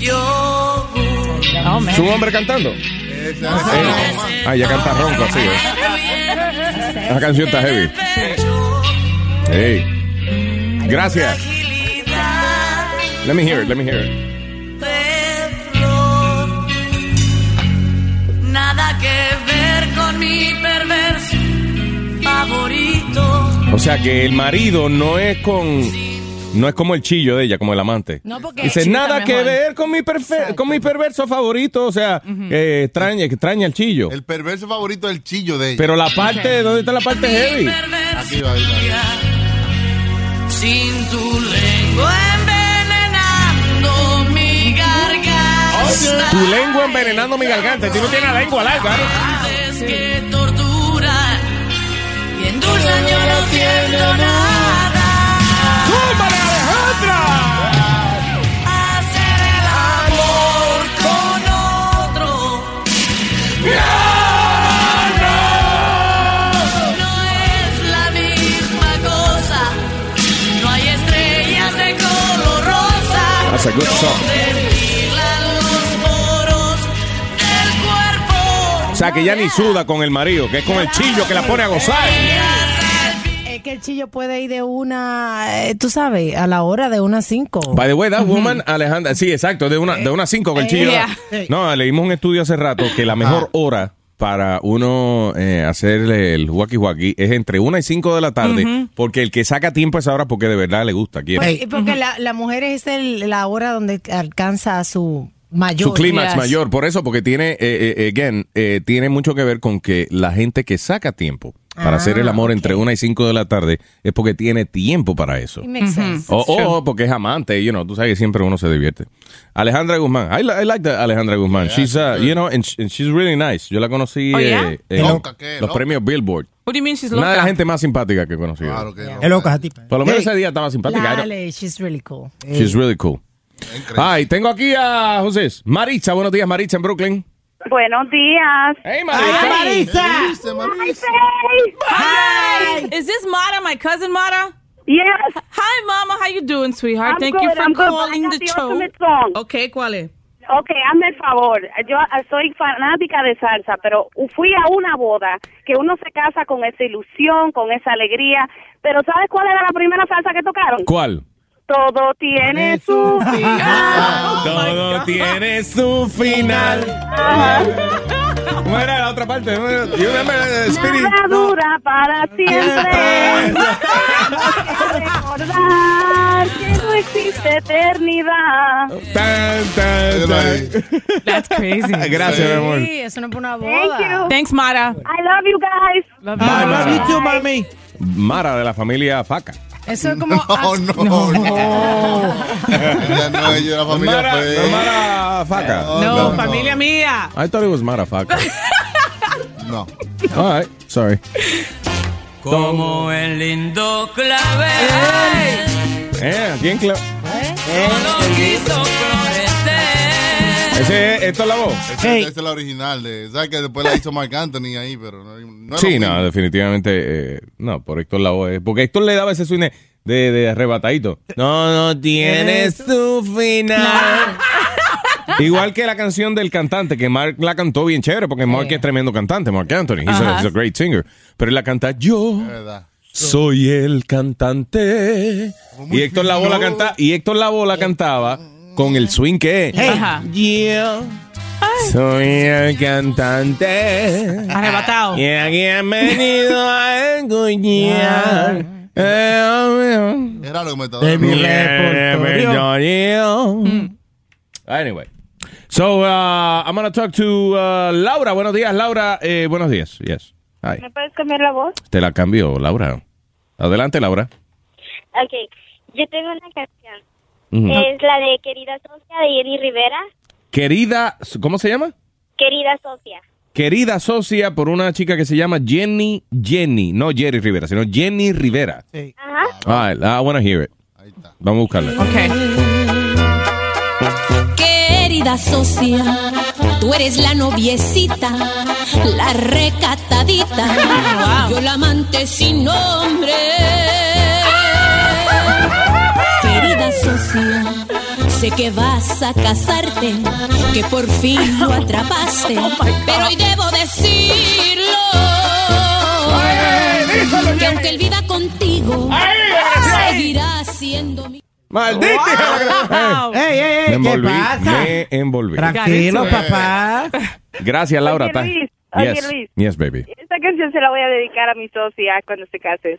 Speaker 5: Yo.
Speaker 15: Oh,
Speaker 5: Oh,
Speaker 3: ¿Es un hombre cantando?
Speaker 8: Eh,
Speaker 3: Ah, ya canta ronco así. ¿eh? Esa canción está heavy. Hey. ¿eh? Gracias. Let me hear it, let me hear it.
Speaker 5: Nada que ver con mi perverso favorito.
Speaker 3: O sea que el marido no es con. No es como el chillo de ella, como el amante.
Speaker 15: No, porque
Speaker 3: Dice,
Speaker 15: el chillo
Speaker 3: nada
Speaker 15: está
Speaker 3: que
Speaker 15: mejor".
Speaker 3: ver con mi, perfe- con mi perverso favorito. O sea, eh, extraña, que extraña el chillo.
Speaker 8: El perverso favorito es el chillo de ella.
Speaker 3: Pero la parte, ¿dónde está la parte heavy?
Speaker 8: Aquí va, ahí va.
Speaker 11: Sin tu lengua envenenando mi garganta.
Speaker 3: Tu lengua envenenando mi garganta. Tú no tienes la lengua larga. ¿eh?
Speaker 11: Antes que tortura y endulzan yo no siento nada.
Speaker 17: ¡Súmale, Alejandra!
Speaker 11: Hacer el amor con otro. No es la misma cosa. No hay estrellas de color rosa.
Speaker 3: That's a good song.
Speaker 11: Destilan los poros del cuerpo.
Speaker 3: O sea, que ya ni suda con el marido, que es con el chillo que la pone a gozar.
Speaker 15: Es que el chillo puede ir de una, eh, tú sabes, a la hora de una a cinco.
Speaker 3: By the way, that woman, Alejandra, sí, exacto, de una, de una cinco con el chillo.
Speaker 15: Yeah.
Speaker 3: No, leímos un estudio hace rato que la mejor hora para uno eh, hacer el huaki huaki es entre una y cinco de la tarde,
Speaker 15: Ujú.
Speaker 3: porque el que saca tiempo es ahora porque de verdad le gusta, quiere.
Speaker 15: Pues, porque la, la mujer es el- la hora donde alcanza a su mayor.
Speaker 3: Su clímax mayor, por eso, porque tiene, eh, eh, again, eh, tiene mucho que ver con que la gente que saca tiempo para
Speaker 15: Ah,
Speaker 3: hacer el amor entre una y cinco de la tarde es porque tiene tiempo para eso. O, o porque es amante, you know, tú sabes que siempre uno se divierte. Alejandra Guzmán, I, li- I like that Alejandra Guzmán. she's, uh, you know, and, sh- and she's really nice. Yo la conocí
Speaker 5: Oh,
Speaker 3: eh,
Speaker 5: yeah?
Speaker 3: en
Speaker 5: Loca,
Speaker 3: los- los premios Billboard.
Speaker 5: What do you mean she's
Speaker 3: Una de
Speaker 5: loca?
Speaker 3: las gente más simpática que he conocido.
Speaker 13: Es loca, tipo.
Speaker 3: Por lo menos ese día estaba simpática. I don't-
Speaker 15: Dale, she's really cool.
Speaker 3: She's really cool. Ay, tengo aquí a José. Maritza, buenos días, Maritza en Brooklyn.
Speaker 18: Buenos días.
Speaker 3: Hey,
Speaker 18: Marisa.
Speaker 5: Hi. Is this Mara, my cousin Mara?
Speaker 18: Yes.
Speaker 5: Hi, Mama. How you doing, sweetheart?
Speaker 18: I'm
Speaker 5: Thank
Speaker 18: good,
Speaker 5: you for
Speaker 18: I'm good, but I
Speaker 5: calling
Speaker 18: got
Speaker 5: the
Speaker 18: the
Speaker 5: show.
Speaker 18: ultimate song.
Speaker 5: Okay, ¿cuál es?
Speaker 18: Ok, hazme el favor. Yo ah, soy fanática de salsa, pero fui a una boda que uno se casa con esa ilusión, con esa alegría. Pero ¿sabes cuál era la primera salsa que tocaron?
Speaker 3: ¿Cuál?
Speaker 18: Todo tiene su final.
Speaker 5: Oh,
Speaker 3: Todo tiene su final. ¿Cómo era la otra parte? ¿Cómo era? You remember the spirit?
Speaker 18: Nada dura para siempre. Recordar que no existe eternidad.
Speaker 3: Tan, tan, tan.
Speaker 5: That's crazy.
Speaker 3: Gracias, mi amor.
Speaker 15: Sí, eso no es una boda.
Speaker 18: Thank you.
Speaker 5: Thanks, Mara.
Speaker 18: I love you guys.
Speaker 5: Love
Speaker 3: Bye,
Speaker 5: you.
Speaker 3: Mara.
Speaker 5: Love you too,
Speaker 15: mami.
Speaker 3: Mara de la familia Faca.
Speaker 15: Eso es como.
Speaker 11: ah,
Speaker 8: No, no, no. Ya no, ella era familia
Speaker 3: Mara,
Speaker 8: Fe.
Speaker 3: no, Mara Faca.
Speaker 5: No, familia mía.
Speaker 3: I thought it was Mara Faca.
Speaker 8: No.
Speaker 3: All right, sorry.
Speaker 11: Como el lindo clavel
Speaker 3: Eh, ¿quién cla-
Speaker 11: no quiso florecer.
Speaker 3: Ese, ¿Esto es la voz?
Speaker 8: Esa, esa es la original de. ¿Sabes que después la hizo Marc Anthony ahí, pero no, no es
Speaker 3: sí,
Speaker 8: lo
Speaker 3: no,
Speaker 8: mismo.
Speaker 3: definitivamente. eh, no, por Héctor Lavoe. eh, Porque Héctor le daba ese swing de, de arrebatadito. No, no tienes tu final. Igual que la canción del cantante, que Mark la cantó bien chévere, porque Mark es tremendo cantante, Mark Anthony. He's a,
Speaker 1: Ajá.
Speaker 3: he's a great singer. Pero él la canta yo.
Speaker 8: ¿Verdad?
Speaker 3: Soy el cantante. Y Héctor Lavoe la canta, y Héctor Lavoe la cantaba con el swing que es.
Speaker 5: Ajá.
Speaker 3: Soy el cantante.
Speaker 5: Arrebatado.
Speaker 3: Y aquí han venido a engañar.
Speaker 8: Era Ah. lo que me estaba
Speaker 3: De mi
Speaker 8: Mm.
Speaker 3: Anyway. So, uh, I'm going to talk to uh, Laura. Buenos días, Laura. Eh, buenos días. Yes. Hi.
Speaker 18: ¿Me puedes cambiar la voz?
Speaker 3: Te la cambio, Laura. Adelante, Laura.
Speaker 23: Ok, yo tengo una canción.
Speaker 3: Ujú.
Speaker 23: Es la de Querida Socia de Jenny Rivera.
Speaker 3: Querida, ¿cómo se llama?
Speaker 23: Querida Socia.
Speaker 3: Querida socia por una chica que se llama Jenny, Jenny, no Jerry Rivera, sino Jenny Rivera.
Speaker 23: Ajá.
Speaker 3: All right, I want to hear it. Vamos a buscarla.
Speaker 19: Querida socia, tú eres la noviecita, la recatadita, yo la amante sin nombre. Querida socia, sé que vas a casarte, que por fin lo atrapaste,
Speaker 11: Oh
Speaker 19: pero hoy debo decirlo. Que aunque él viva contigo, seguirá siendo mi...
Speaker 3: Wow.
Speaker 7: ¡Ey, ey,
Speaker 3: Me
Speaker 7: ey! ¿Qué
Speaker 3: envolví,
Speaker 7: pasa?
Speaker 3: me envolví.
Speaker 7: Tranquilo,
Speaker 3: Eh.
Speaker 7: papá.
Speaker 3: Gracias, Laura.
Speaker 18: Oye,
Speaker 3: Ta-
Speaker 18: Luis, oye,
Speaker 3: yes.
Speaker 18: Luis.
Speaker 3: yes, baby.
Speaker 18: ¿Sabes
Speaker 16: esta canción se la voy a dedicar a mi socia cuando se case.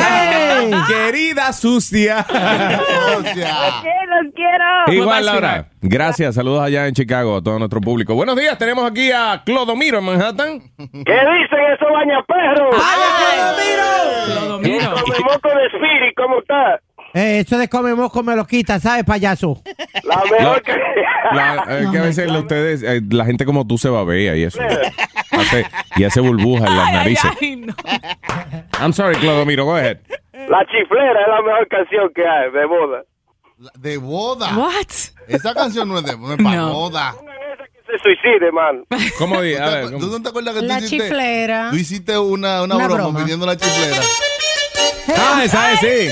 Speaker 3: Querida sucia.
Speaker 16: Los quiero, los quiero.
Speaker 3: Igual, Laura. Gracias. Saludos allá en Chicago a todo nuestro público. Buenos días. Tenemos aquí a Clodomiro en Manhattan.
Speaker 10: ¿Qué dicen esos bañaperros? ¡Vaya, Clodomiro! moco de Spirit, ¿cómo está?
Speaker 7: Eh, eso de come mosco me lo quita, ¿sabes, payaso?
Speaker 10: La mejor que...
Speaker 3: La- eh, que a veces la- ustedes, eh, la gente como tú se babea y eso. Hace- y hace burbujas en las narices. I'm sorry, Clodomiro. Go ahead.
Speaker 10: La chiflera es la mejor canción que hay de boda.
Speaker 8: De boda.
Speaker 10: What?
Speaker 8: Esa canción no es de no es pa' boda.
Speaker 10: Se suicide, man.
Speaker 3: ¿Cómo di? A ver,
Speaker 8: ¿Tú,
Speaker 3: ¿cómo?
Speaker 8: no te acuerdas que
Speaker 10: La
Speaker 8: tú hiciste?
Speaker 10: chiflera.
Speaker 8: Tú hiciste una, una,
Speaker 10: Una
Speaker 8: broma,
Speaker 10: broma.
Speaker 8: pidiendo la chiflera.
Speaker 3: Ah, esa es, sí.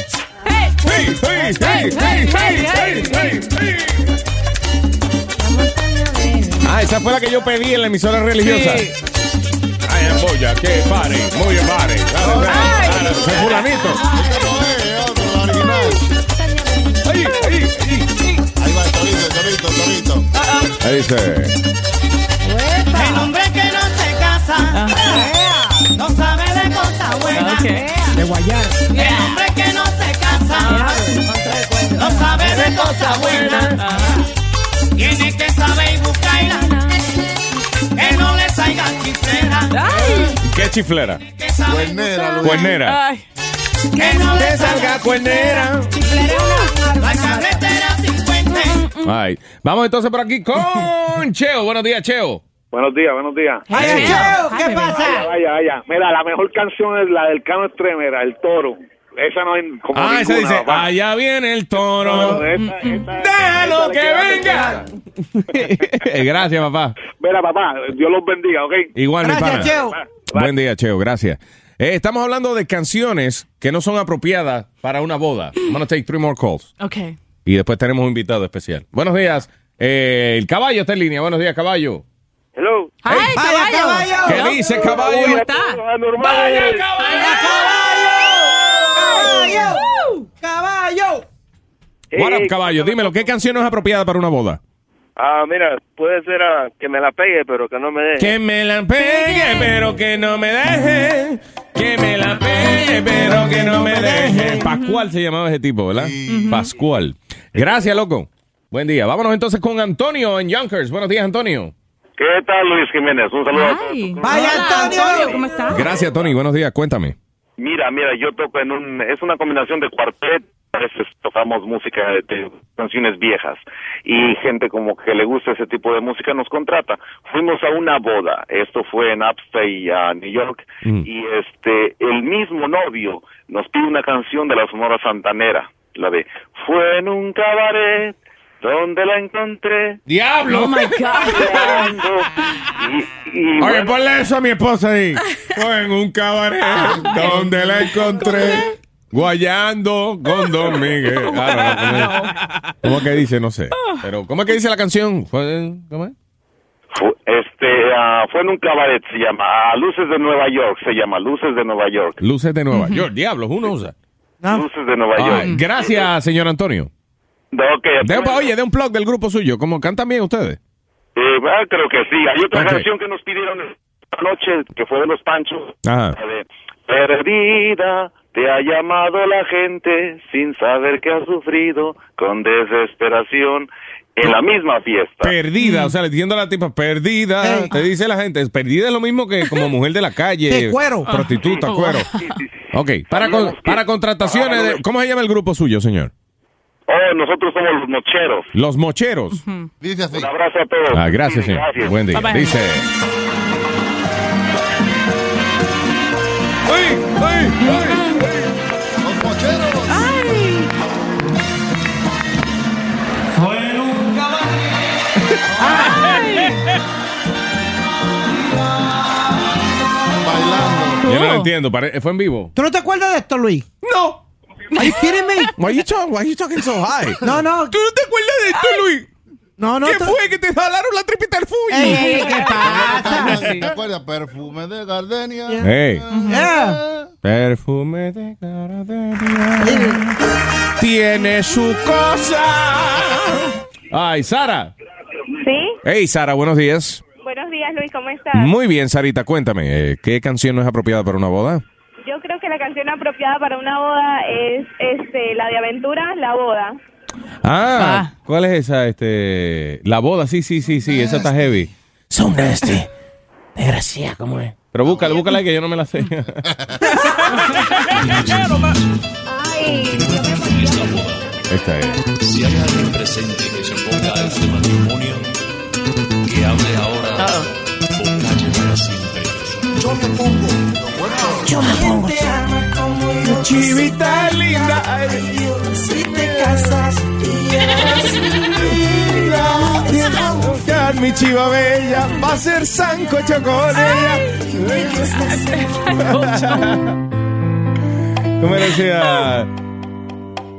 Speaker 11: Hey, hey, hey, hey, hey, hey, hey, hey.
Speaker 3: Ah, esa fue la que yo pedí en la emisora religiosa.
Speaker 11: Sí.
Speaker 3: Ay, en Boya, que pare, muy bien, pare. Dale, dale, dale, ese fulanito.
Speaker 11: Ay, ay, ay, ay.
Speaker 3: Ahí dice.
Speaker 11: El hombre que no se casa
Speaker 8: Ah.
Speaker 11: no sabe de cosas buenas.
Speaker 13: De guayar.
Speaker 11: El hombre que no se casa no sabe de cosas buenas. Tiene que saber y buscarla. Que no le salga chiflera.
Speaker 3: ¿Qué chiflera?
Speaker 11: Que sabe y buscarla.
Speaker 3: Cuernera.
Speaker 11: Que no le
Speaker 3: salga cuernera.
Speaker 11: La carretera 50.
Speaker 3: Ay. Vamos entonces por aquí con Cheo. Buenos días, Cheo.
Speaker 10: Buenos días, buenos días.
Speaker 11: ¿Qué pasa?
Speaker 10: Vaya, vaya, vaya. Mira, la mejor canción es la del Cano Estremera, El Toro. Esa no es como
Speaker 3: Ah, esa
Speaker 10: ninguna,
Speaker 3: dice,
Speaker 10: papá.
Speaker 3: allá viene el toro.
Speaker 10: esa
Speaker 11: Déjalo
Speaker 10: le
Speaker 11: que
Speaker 10: queda
Speaker 11: venga.
Speaker 3: Gracias, papá.
Speaker 10: Mira, papá, Dios los bendiga, ¿ok?
Speaker 3: Igual, mi pana.
Speaker 10: Bye.
Speaker 3: Buen día, Cheo. Gracias. Eh, estamos hablando de canciones que no son apropiadas para una boda. I'm gonna take three more calls.
Speaker 5: Ok.
Speaker 3: Y después tenemos un invitado especial. Buenos días. Eh, el caballo está en línea. Buenos días, caballo.
Speaker 10: Hello.
Speaker 5: ¡Ay, caballo!
Speaker 3: ¿Qué dice, caballo?
Speaker 5: ¿Cómo está?
Speaker 10: ¡Vaya,
Speaker 7: ¡Caballo! ¡Caballo!
Speaker 3: What up, caballo? Dímelo, ¿qué canción no es apropiada para una boda?
Speaker 30: Ah, mira, puede ser ah, que me la pegue, pero que no me deje.
Speaker 3: Que me la pegue, pero que no me deje. Que me la pegue, pero que no me deje. Pascual se llamaba ese tipo, ¿verdad? Pascual. Gracias, loco. Buen día. Vámonos entonces con Antonio en Yonkers. Buenos días, Antonio.
Speaker 30: ¿Qué tal, Luis Jiménez? Un
Speaker 5: Ah,
Speaker 30: saludo.
Speaker 5: ¡Vaya, Antonio! ¿Cómo estás?
Speaker 3: Gracias, Tony. Buenos días. Cuéntame.
Speaker 30: Mira, mira, yo toco en un... Es una combinación de cuartet. A veces tocamos música de, de canciones viejas. Y gente como que le gusta ese tipo de música nos contrata. Fuimos a una boda. Esto fue en Upstate, ah, New York. Y este, el mismo novio nos pide una canción de la Sonora Santanera. La de... Fue en un cabaret donde la encontré.
Speaker 3: ¡Diablo!
Speaker 11: Oh, my God.
Speaker 30: Y
Speaker 3: Oye,
Speaker 30: bueno,
Speaker 3: ponle eso a mi esposa ahí. en un cabaret donde la encontré. Guayando con Don Miguel. Ah, no, no, no. ¿Cómo que dice? No sé. Pero, ¿cómo es que dice la canción? Fue- ¿Cómo es?
Speaker 30: Fu- este ah, fue en un cabaret se llama a luces de Nueva York se llama luces de Nueva York
Speaker 3: Luces de Nueva York. Diablos, uno usa.
Speaker 30: luces de Nueva
Speaker 3: Ah,
Speaker 30: York
Speaker 3: gracias, señor Antonio.
Speaker 30: No, ok, pues,
Speaker 3: De un-
Speaker 30: bueno,
Speaker 3: oye, de un blog del grupo suyo. ¿Cómo cantan bien ustedes?
Speaker 30: eh, ah, creo que sí hay otra
Speaker 3: Ok.
Speaker 30: canción que nos pidieron esta noche que fue de los Panchos
Speaker 3: Ajá.
Speaker 30: la de, perdida te ha llamado la gente sin saber que has sufrido con desesperación en la misma fiesta
Speaker 7: Mm.
Speaker 3: Perdida, o sea, le diciendo a la tipa, perdida, te dice la gente, perdida es lo mismo que como mujer de la calle,
Speaker 30: De cuero.
Speaker 3: prostituta, cuero. Ok, para, con- para contrataciones, de- ¿cómo se llama el grupo suyo, señor?
Speaker 30: oh nosotros somos los mocheros
Speaker 3: Los Mocheros.
Speaker 30: dice así un abrazo a todos
Speaker 3: Ah, gracias,
Speaker 30: Sí,
Speaker 3: señor. Buen día.
Speaker 30: Bye, bye.
Speaker 3: Dice. ¡Ay, ay, ay!
Speaker 8: Los mocheros.
Speaker 3: Yo no entiendo, pare- fue en vivo.
Speaker 7: ¿Tú no te acuerdas de esto, Luis?
Speaker 3: No.
Speaker 7: Are you kidding me?
Speaker 3: Why you talk- why you talking so high?
Speaker 7: No, no.
Speaker 3: ¿Tú no te acuerdas de esto, Luis?
Speaker 7: No, no.
Speaker 8: ¿Qué
Speaker 3: fue que te jalaron la tripita del
Speaker 7: Ey, ey, ¿qué
Speaker 8: ¿Te acuerdas? Perfume de gardenia.
Speaker 3: Hey.
Speaker 7: Eh.
Speaker 8: Yeah.
Speaker 3: Perfume de gardenia. Tiene su cosa. Ay, Sara.
Speaker 16: Sí,
Speaker 3: Hey, Sara, buenos días.
Speaker 16: buenos días, Luis
Speaker 4: ¿Cómo estás?
Speaker 3: Muy bien, Sarita, cuéntame, eh, ¿qué canción no es apropiada para una boda?
Speaker 4: Yo creo que la canción apropiada para una boda es este la de aventura, la boda.
Speaker 3: Ah, ¿cuál es esa? Este, la boda, sí, sí, sí, sí, esa está heavy. Son nasty.
Speaker 17: Desgracia, ¿cómo es?
Speaker 3: Pero búscala, búscala que yo no me la sé.
Speaker 4: Ay, yo me morí.
Speaker 3: Esta es.
Speaker 21: Si hay alguien presente que se oponga a este matrimonio, que hable ahora o calle para siempre.
Speaker 11: Yo me pongo. Yo me pongo. Te ama como yo. Chivita linda. Si te casas y eres linda.
Speaker 1: Te va a buscar mi chiva bella, va a ser sancocho con ella.
Speaker 3: ¿Cómo era decía?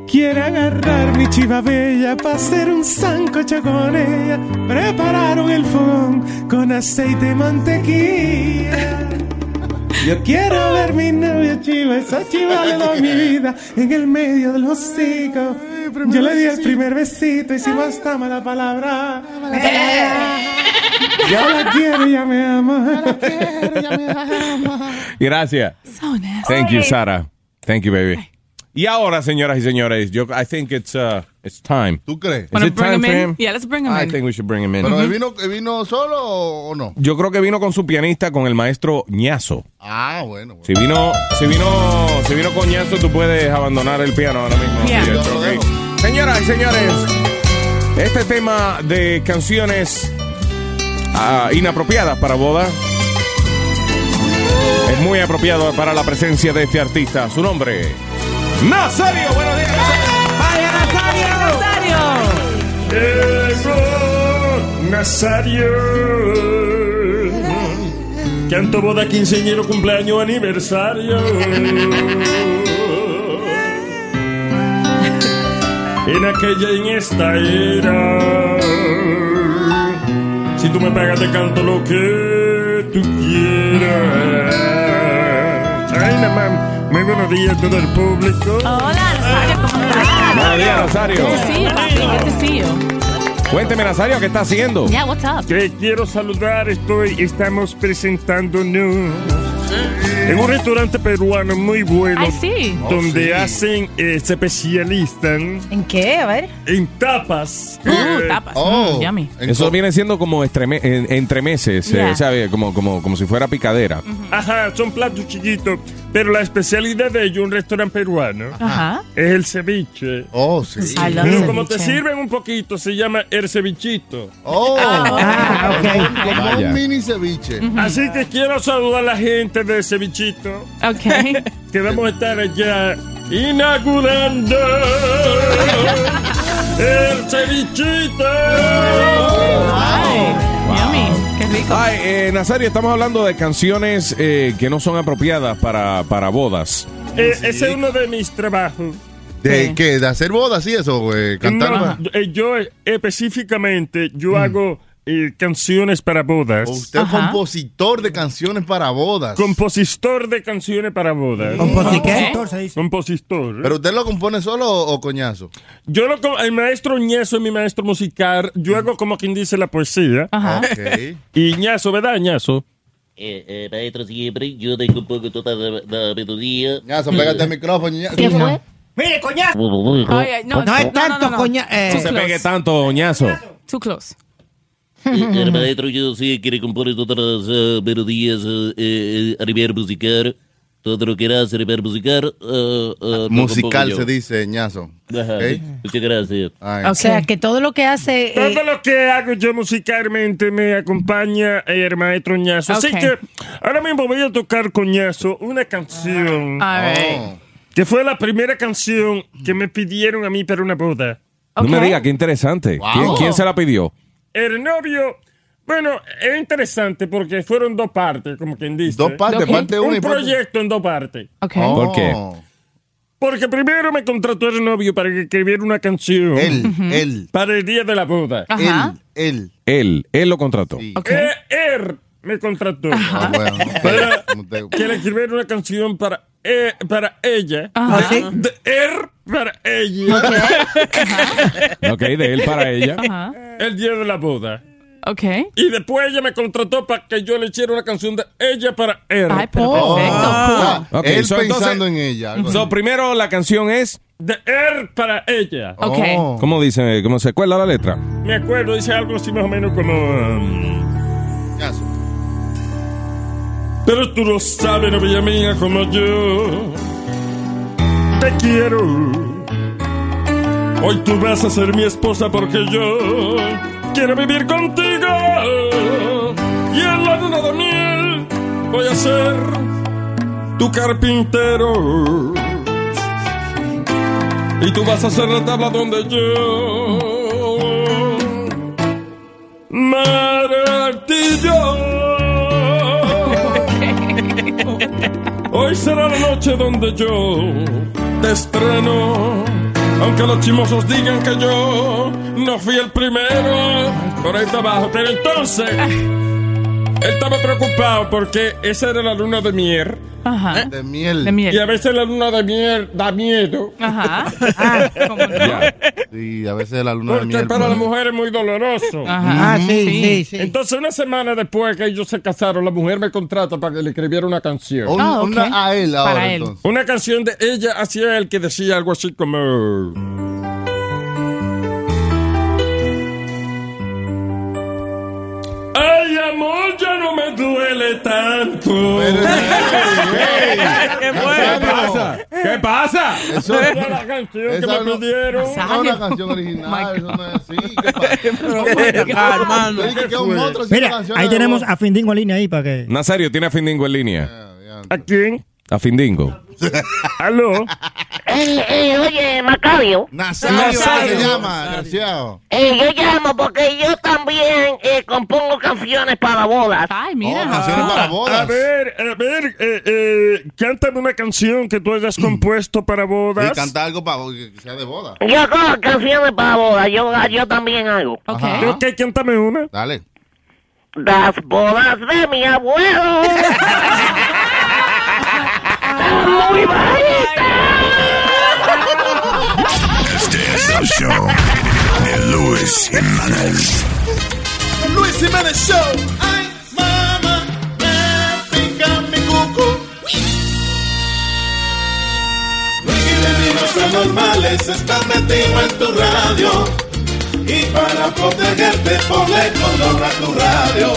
Speaker 1: Quiero agarrar mi chiva bella para hacer un sancocho con ella. Prepararon el fogón con aceite y mantequilla. Yo quiero ver mi novia chiva, esa chiva le doy mi vida en el medio de los hocico. Yo le di el primer besito y si hasta mala palabra. Ya la quiero, ya me ama.
Speaker 3: Gracias. Thank you, Sara. Thank you, baby. Y ahora, señoras y señores, yo I think it's uh, it's time.
Speaker 8: ¿Tú crees?
Speaker 3: Is it time for him?
Speaker 8: Yeah, let's bring him
Speaker 3: I
Speaker 8: in.
Speaker 3: think we should bring him in.
Speaker 8: ¿Pero él vino, él vino solo o o no?
Speaker 3: Yo creo que vino con su pianista, con el maestro Ñazo.
Speaker 8: Ah, bueno. bueno.
Speaker 3: Si vino, si vino, si vino con Ñazo, tú puedes abandonar el piano ahora mismo.
Speaker 1: Yeah.
Speaker 3: Sí, esto, ok. Señoras y señores, este tema de canciones ah, inapropiadas para boda es muy apropiado para la presencia de este artista. Su nombre, Nazario. Buenos días.
Speaker 1: Vaya Nazario. Llegó Nazario. Canto boda, quinceañero, cumpleaños, aniversario. En aquella y en esta era. Si tú me pagas, te canto lo que tú quieras. Ay, nada más. Muy buenos días a todo el público.
Speaker 5: Hola, Rosario, ¿cómo estás?
Speaker 3: Buenos días, Rosario.
Speaker 5: Good to see you, papi. Good to see you.
Speaker 3: Cuénteme, Nazario, ¿qué está haciendo?
Speaker 5: Yeah, what's up?
Speaker 1: Te quiero saludar, estoy, estamos presentándonos en un restaurante peruano muy bueno.
Speaker 15: Ay, sí. Oh,
Speaker 1: Donde
Speaker 15: sí.
Speaker 1: hacen, eh, se especializan
Speaker 15: ¿En qué? A ver.
Speaker 1: en tapas. Eh,
Speaker 15: Uh, tapas.
Speaker 3: Oh.
Speaker 15: Mm, yummy.
Speaker 3: Eso viene siendo como estreme- en- entre meses, eh,
Speaker 1: Yeah.
Speaker 3: ¿sabe? Como, como, como si fuera picadera.
Speaker 1: Ajá, son platos chiquitos, pero la especialidad de ellos, un restaurante peruano,
Speaker 5: Ajá.
Speaker 1: es el ceviche. Ah,
Speaker 8: Oh, sí.
Speaker 5: I love
Speaker 1: Pero como te
Speaker 5: ceviche.
Speaker 1: sirven un poquito, se llama el cevichito.
Speaker 8: Oh.
Speaker 1: Ah,
Speaker 8: Como un mini ceviche.
Speaker 1: Así que quiero saludar a la gente de Cevichito.
Speaker 5: Ok.
Speaker 1: Que vamos a estar allá inaugurando el Cevichito.
Speaker 3: Ay, eh, Nazario, estamos hablando de canciones eh, que no son apropiadas para, para bodas.
Speaker 1: Eh, ese es uno de mis trabajos.
Speaker 8: ¿De qué? ¿De hacer bodas y eso? eh, ¿Cantar?
Speaker 1: No, eh, yo eh, específicamente, yo hago eh, canciones para bodas.
Speaker 8: Usted es compositor de canciones para bodas.
Speaker 1: Compositor de canciones para bodas.
Speaker 8: Compositor,
Speaker 1: se dice. Compositor.
Speaker 8: ¿Pero usted lo compone solo o, o coñazo?
Speaker 1: Yo lo co- el maestro Ñazo es mi maestro musical. Yo hago como quien dice la poesía.
Speaker 5: Ajá.
Speaker 8: Mm. Ok.
Speaker 1: Y Ñazo, ¿verdad, Ñazo?
Speaker 31: Eh, eh, maestro, siempre yo tengo un poco toda la, la melodía.
Speaker 8: Ñazo, pégate el micrófono, Ñazo.
Speaker 31: ¿Qué fue?
Speaker 13: ¡Mire, coñazo!
Speaker 5: Ay, Pues no,
Speaker 31: No es
Speaker 5: no, tanto, no, no. coña- eh.
Speaker 3: No se pegue tanto, oñazo.
Speaker 5: Too close.
Speaker 31: Eh, el maestro, yo sí que le compone todas las eh, melodías eh, eh, a nivel musical. Todo lo que era a nivel musical. eh, eh, lo
Speaker 8: Musical se
Speaker 31: compongo yo.
Speaker 8: dice, Ñazo.
Speaker 31: Ajá,
Speaker 8: Ok.
Speaker 31: Muchas gracias.
Speaker 15: O sea, que todo lo que hace. eh,
Speaker 1: Todo lo que hago yo musicalmente me acompaña el maestro Ñazo.
Speaker 15: Ok.
Speaker 1: Así que ahora mismo voy a tocar con Ñazo una canción.
Speaker 5: All right.
Speaker 3: Oh.
Speaker 1: Que fue la primera canción que me pidieron a mí para una boda.
Speaker 3: No me diga, qué interesante.
Speaker 1: Wow.
Speaker 3: ¿Quién, quién se la pidió?
Speaker 1: El novio, bueno, es interesante porque fueron dos partes, como quien dice.
Speaker 8: Dos partes, Ok. parte una
Speaker 1: Un
Speaker 8: y parte- Oh.
Speaker 1: proyecto en dos partes.
Speaker 3: ¿Por qué?
Speaker 1: Porque primero me contrató el novio para que escribiera una canción. Él,
Speaker 8: él.
Speaker 1: Para el día de la boda.
Speaker 5: Ajá.
Speaker 8: Él.
Speaker 3: Él, él lo contrató.
Speaker 1: Eh, él me contrató
Speaker 3: Ah,
Speaker 1: para que le escribiera una canción para, eh, para ella.
Speaker 5: Ajá.
Speaker 1: De, de él para ella.
Speaker 3: Ok, de él para ella.
Speaker 1: El día de la boda.
Speaker 5: Ok.
Speaker 1: Y después ella me contrató para que yo le hiciera una canción de ella para er. él.
Speaker 5: Ay, pero
Speaker 3: Oh.
Speaker 5: perfecto.
Speaker 8: Ah,
Speaker 3: cool. Ok,
Speaker 8: él
Speaker 3: so, entonces-
Speaker 8: pensando en ella. algo
Speaker 3: So, primero la canción es.
Speaker 1: De él para ella.
Speaker 5: Ok.
Speaker 8: Oh.
Speaker 3: ¿Cómo dice? ¿Cómo se acuerda la letra?
Speaker 1: Me acuerdo, dice algo así más o menos como... um, Pero tú lo sabes, novia mía, como yo te quiero. Hoy tú vas a ser mi esposa porque yo quiero vivir contigo. Y en la luna de miel voy a ser tu carpintero. Y tú vas a ser la tabla donde yo me martillo. Hoy será la noche donde yo te estreno. Aunque los chimosos digan que yo no fui el primero por el trabajo. Pero entonces, él estaba preocupado porque esa era la luna de miel.
Speaker 5: Ajá.
Speaker 8: De miel.
Speaker 5: De miel.
Speaker 1: Y a veces la luna de miel da miedo.
Speaker 5: Ajá.
Speaker 8: Sí, a veces la luna de
Speaker 1: Porque
Speaker 8: miel.
Speaker 1: para la mujer es muy doloroso.
Speaker 32: Ajá. Ah, sí, sí, sí, sí.
Speaker 1: Entonces, una semana después que ellos se casaron, la mujer me contrata para que le escribiera una canción.
Speaker 8: Un- Ah, ok. una a él ahora, Para él. entonces.
Speaker 1: Una canción de ella hacia él que decía algo así como... Ay, amor, ya no me duele tanto.
Speaker 8: eh,
Speaker 11: ¡Qué
Speaker 1: ¿Qué pasa? ¿Qué pasa?
Speaker 8: Eso-
Speaker 1: Era la canción que
Speaker 8: Esa
Speaker 1: me
Speaker 8: no-
Speaker 1: pidieron.
Speaker 8: no es una canción original, eso no es así. ¿Qué pasa? Yo dije que un otro haciendo
Speaker 13: Mira,
Speaker 8: canciones
Speaker 13: ahí
Speaker 8: de
Speaker 13: tenemos
Speaker 8: voz.
Speaker 13: a Findingo en línea ahí para que.
Speaker 3: Nazario, tiene a Findingo en
Speaker 8: Ah,
Speaker 3: línea.
Speaker 1: ¿A quién?
Speaker 3: A Findingo.
Speaker 1: ¿Aló?
Speaker 33: Ey, ey, Eh, oye, Macabio.
Speaker 8: Nazario,
Speaker 33: Nazario.
Speaker 8: se llama, desgraciado.
Speaker 33: Ey, yo llamo porque yo también eh, compongo canciones para bodas.
Speaker 5: Ay,
Speaker 8: mira. Oh, canciones
Speaker 11: Ah,
Speaker 8: para bodas.
Speaker 1: A ver, a ver, eh, eh, cántame una canción que tú hayas compuesto para bodas.
Speaker 8: Y canta algo para que sea de boda.
Speaker 33: Yo hago canciones para bodas, yo, yo también hago.
Speaker 1: Ajá. Ok, cántame una.
Speaker 8: Dale.
Speaker 33: Las bodas de mi abuelo. Muy
Speaker 21: Este es el show de Luis Jiménez.
Speaker 11: Luis Jiménez Show. Ay, mamá, me pica mi cucu. Luis Jiménez y los anormales están metidos en tu radio. Y para protegerte, ponle condón a tu radio.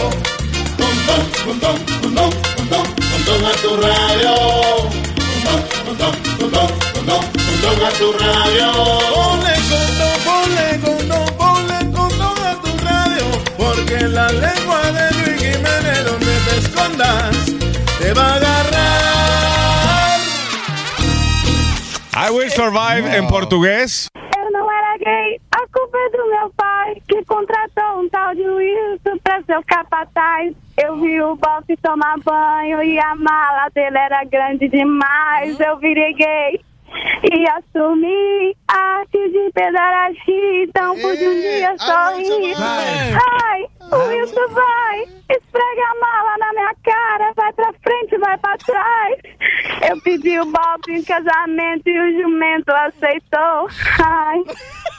Speaker 11: Condón, condón, condón, condón, condón a tu radio. Condón, condón, condón, condón, condón a tu radio. Ponle condón, ponle condón, ponle condón a tu radio. Porque la lengua de Luis Jiménez, donde te escondas, te va a agarrar.
Speaker 3: I will survive en portugués.
Speaker 14: Eu não era gay, a culpa é do meu pai, que contratou um tal de Wilson pra ser o capataz. Eu vi o bofe tomar banho e a mala dele era grande demais. Eu virei gay e assumi a arte de pedarastia, então pude um dia sorrir. Ai, o Wilson vai, esfrega a mala na minha cara, vai pra frente, vai pra trás. Eu pedi o Bob em casamento e o jumento aceitou. Ai,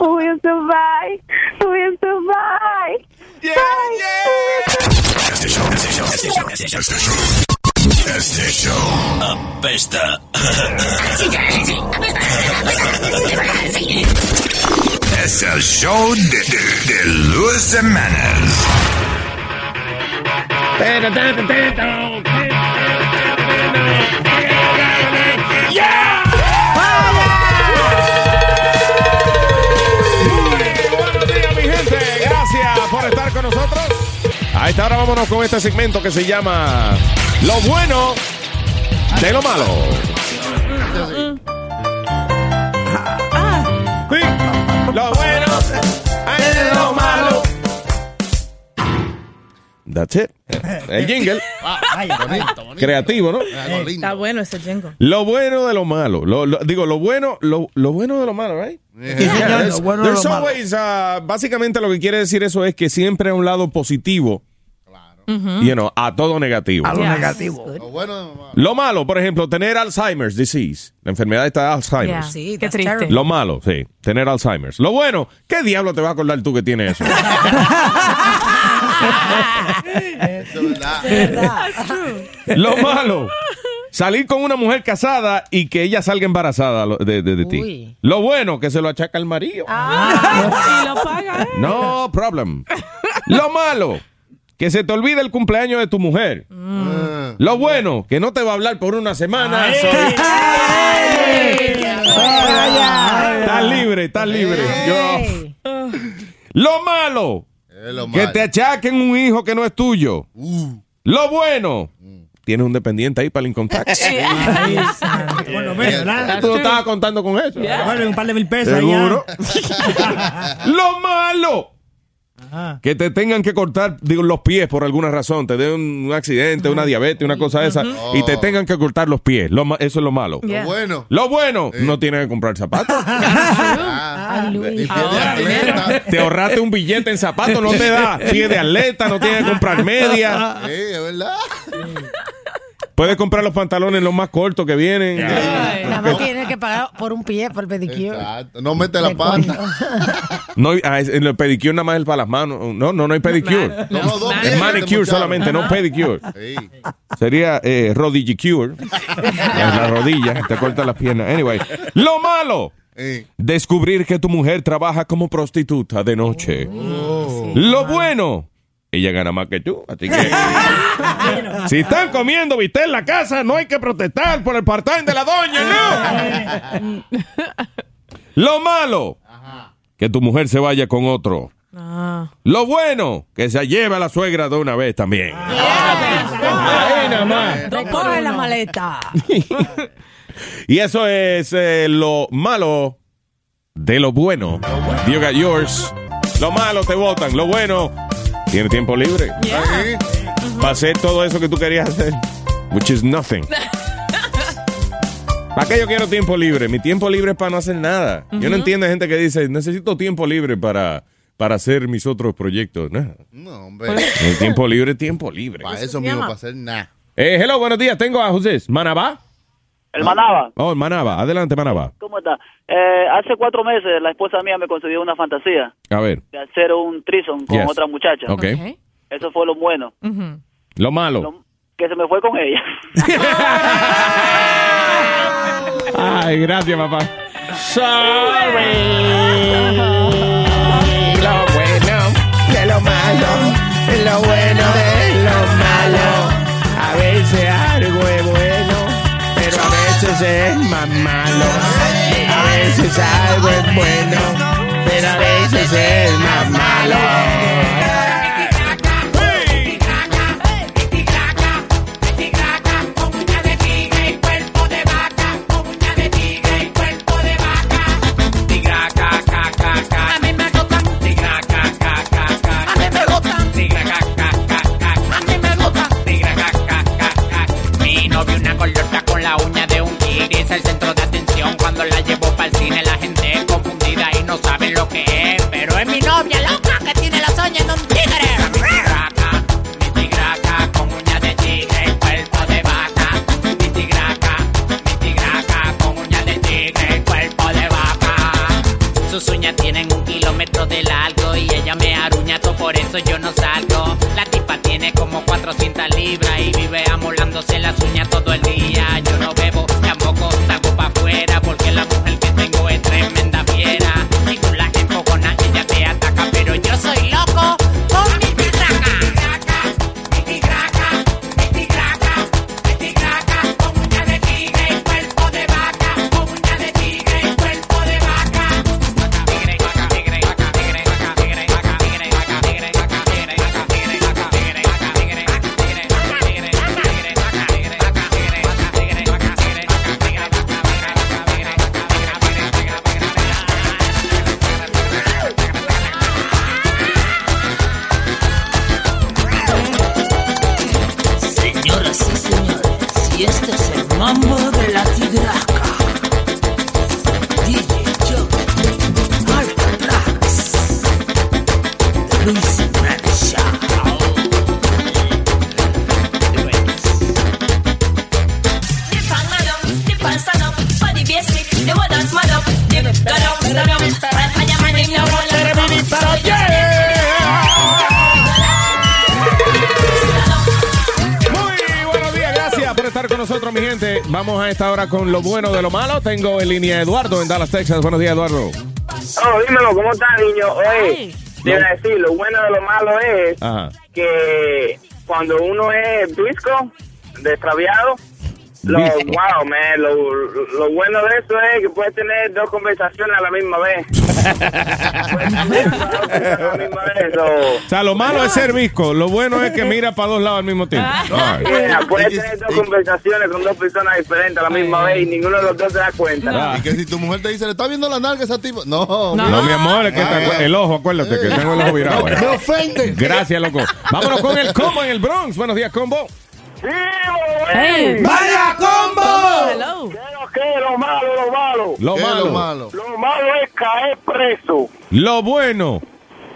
Speaker 14: o Wilson vai, o Wilson vai. vai,
Speaker 16: Este show, este show, este show, este show, este show. Este show apesta.
Speaker 21: Es el show de, de, de Luis Jiménez.
Speaker 3: Gracias por estar con nosotros. A esta hora vámonos con este segmento que se llama Lo bueno de lo malo. Sí, Lo bueno de lo malo. That's it. El jingle.
Speaker 5: Ah,
Speaker 3: Creativo, ¿no?
Speaker 5: Está bueno ese Django.
Speaker 3: Lo bueno de lo malo. Lo- lo- digo, lo bueno, lo, lo bueno de lo malo, ¿right?
Speaker 8: Sí, señor, lo
Speaker 3: There's-
Speaker 8: bueno de
Speaker 3: there's
Speaker 8: lo malo.
Speaker 3: always, uh, básicamente lo que quiere decir eso es que siempre hay un lado positivo Ujú. you know, a todo negativo.
Speaker 11: A lo negativo.
Speaker 3: Lo malo, por ejemplo, tener Alzheimer's disease. La enfermedad está Alzheimer's.
Speaker 15: Sí, qué triste.
Speaker 3: Lo malo, sí, tener Alzheimer's. Lo bueno, ¿qué diablo te va a acordar tú que tienes eso? Lo malo. Salir con una mujer casada y que ella salga embarazada lo- de, de- de ti.
Speaker 5: Uy.
Speaker 3: Lo bueno, que se lo achaca el marido.
Speaker 5: Ah, y lo paga. él.
Speaker 3: No problem. Lo malo, que se te olvide el cumpleaños de tu mujer. Lo bueno, que no te va a hablar por una semana. Estás libre, estás libre. Yo- Lo malo, que te achaquen un hijo que no es tuyo. Lo bueno, tienes un dependiente ahí para el income tax.
Speaker 1: Por lo menos, ¿verdad?
Speaker 3: Tú no estabas contando con eso.
Speaker 1: Vuelve un par de mil pesos. ahí ya.
Speaker 3: Seguro. Lo malo. Que te tengan que cortar digo, los pies por alguna razón, te den un accidente, una diabetes, una cosa de esa, y te tengan que cortar los pies. Lo ma- eso es lo malo.
Speaker 8: Oh. Lo bueno. Eh.
Speaker 3: Lo bueno, no tienes que comprar zapatos.
Speaker 8: Ah,
Speaker 3: Ah. te ahorraste un billete en zapatos, no te da. Pie de atleta, no tienes que comprar media.
Speaker 8: Sí, es verdad.
Speaker 3: Puedes comprar los pantalones los más cortos que vienen.
Speaker 15: Nada más tienes que pagar por un pie, por el pedicure.
Speaker 8: No mete la pata.
Speaker 3: No, hay- ah, es- en el pedicure nada más es para las manos. No, no, no hay pedicure.
Speaker 8: No, no, dos
Speaker 3: Es
Speaker 8: pies,
Speaker 3: manicure
Speaker 8: muchacho.
Speaker 3: solamente, no
Speaker 8: Ajá.
Speaker 3: pedicure.
Speaker 8: Sí.
Speaker 3: Sería eh, rodillicure. la la rodilla, te corta las piernas. Anyway, lo malo. Descubrir que tu mujer trabaja como prostituta de noche. Lo bueno. Ella gana más que tú, así que... si están comiendo viste en la casa, no hay que protestar por el part-time de la
Speaker 1: Ah.
Speaker 3: doña, no. Lo malo. Que tu mujer se vaya con otro. Lo bueno, que se lleve a la suegra de una vez también.
Speaker 5: Ahí nada más.
Speaker 15: Recoge la maleta.
Speaker 3: Y eso es eh, lo malo de lo bueno. You got yours. Lo malo te votan, lo bueno tiene tiempo libre. Para hacer todo eso que tú querías hacer, which is nothing. ¿Para qué yo quiero tiempo libre? Mi tiempo libre es para no hacer nada. Yo
Speaker 8: Ujú.
Speaker 3: no entiendo gente que dice, necesito tiempo libre para, para hacer mis otros proyectos. No.
Speaker 8: No, hombre.
Speaker 3: El tiempo libre es tiempo libre.
Speaker 8: Para eso mismo, para hacer nada.
Speaker 3: Eh, hello, buenos días. Tengo a José. ¿Manabá?
Speaker 10: El Manaba,
Speaker 3: Oh, Manaba. Adelante, Manaba.
Speaker 10: ¿cómo está? Eh, hace cuatro meses la esposa mía me concedió una fantasía
Speaker 3: A ver.
Speaker 10: de hacer un trison con
Speaker 3: Yes.
Speaker 10: otra muchacha.
Speaker 3: Ok. Ok.
Speaker 10: Eso fue lo bueno,
Speaker 3: Lo malo.
Speaker 10: que se me fue con ella.
Speaker 3: Ay, gracias, papá.
Speaker 11: Lo bueno de lo malo, de lo bueno de lo malo. A veces algo es bueno, pero a veces es más malo. A veces algo es bueno, pero a veces es más malo.
Speaker 5: A mí me gustan. A mí me gustan. A mí me gustan. Mi novio una colota con la uña de un tigre es el centro de atención cuando la llevo para el cine la gente es confundida y no sabe lo que es pero es mi novia loca que tiene las uñas de un tigre mi tigraca con uña de tigre cuerpo de vaca mi tigraca mi tigraca con uña de tigre cuerpo de vaca sus uñas tienen un kilómetro de largo y ella me aruña, todo por eso yo no salgo. La tipa tiene como 400 libras y vive amolándose las uñas todo el día. Yo no bebo, tampoco salgo pa' afuera porque la mujer que tengo es tremenda fiera. Y tú la empujona, ella te ataca, pero yo soy loco con mi tigraca. Mi tigraca, mi tigraca, mi tigraca, con uña de tigre y cuerpo de vaca, con uña de tigre y cuerpo de vaca.
Speaker 20: Señoras y señores, y este es el mambo de la tigraca. DJ Joe, Alfa Trax, Luis Mancha.
Speaker 3: nosotros, mi gente. Vamos a esta hora con lo bueno de lo malo. Tengo en línea a Eduardo en Dallas, Texas. Buenos días, Eduardo.
Speaker 10: Oh, dímelo, ¿cómo estás, niño? Oye, te iba a decir, lo bueno de lo malo es
Speaker 8: Ah.
Speaker 3: Ajá.
Speaker 10: que cuando uno es brisco, destraviado, lo,
Speaker 3: Bizco.
Speaker 10: wow, man, lo, lo bueno de eso es que puedes tener dos conversaciones a la misma vez.
Speaker 3: O sea, lo malo es ser visco. Lo bueno es que mira para dos lados al mismo tiempo. All right.
Speaker 10: Mira, Eh, puedes tener dos conversaciones con dos personas diferentes a la misma vez y ninguno de los dos se da cuenta.
Speaker 8: Ah, Y que si tu mujer te dice, le está viendo la nalga a ese tipo. No,
Speaker 3: No, mi amor, es que te- el ojo, acuérdate que tengo el ojo virado. eh.
Speaker 8: Me, me ofende.
Speaker 3: Gracias, loco. Vámonos con el combo en el Bronx. Buenos días, combo.
Speaker 10: Hey.
Speaker 11: ¡Vaya combo!
Speaker 10: Hello. ¿Qué es lo malo, lo malo?
Speaker 3: Lo ¿Qué es malo. lo malo?
Speaker 10: Lo malo es caer preso,
Speaker 3: Lo bueno.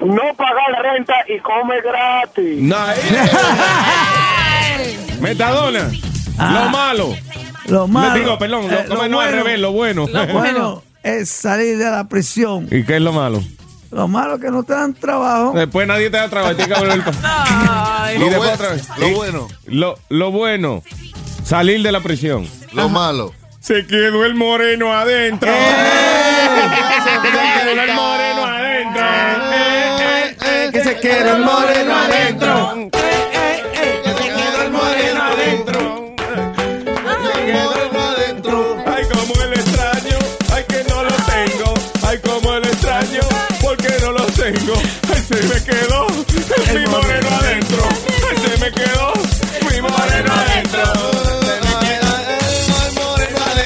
Speaker 10: no pagar renta y comer gratis.
Speaker 3: Nah, Metadona. Lo malo.
Speaker 23: Ah. Lo malo.
Speaker 3: Digo, perdón, lo-
Speaker 23: Eh,
Speaker 3: no, no, al revés, lo bueno.
Speaker 23: Lo bueno es salir de la prisión.
Speaker 3: ¿Y qué es lo malo?
Speaker 23: Lo malo es que no te dan trabajo.
Speaker 3: Después nadie te da trabajo. tienes que volver pa- Y
Speaker 23: Lo
Speaker 3: después
Speaker 23: bueno,
Speaker 3: otra vez.
Speaker 8: lo
Speaker 3: Y-
Speaker 8: bueno.
Speaker 3: Lo, lo bueno. Salir de la prisión.
Speaker 8: Lo malo.
Speaker 3: Se quedó el moreno adentro.
Speaker 11: eh, Se
Speaker 3: quedó el moreno adentro.
Speaker 11: eh,
Speaker 2: Eh,
Speaker 11: Que se quedó el moreno adentro.
Speaker 2: eh,
Speaker 11: Que se quedó el moreno adentro. Se quedó el moreno adentro.
Speaker 2: Ay, como el extraño, ay, que no lo tengo. Ay, como el extraño, porque no lo tengo. Ay, se me quedó mi moreno adentro. Ay, se me quedó mi moreno adentro.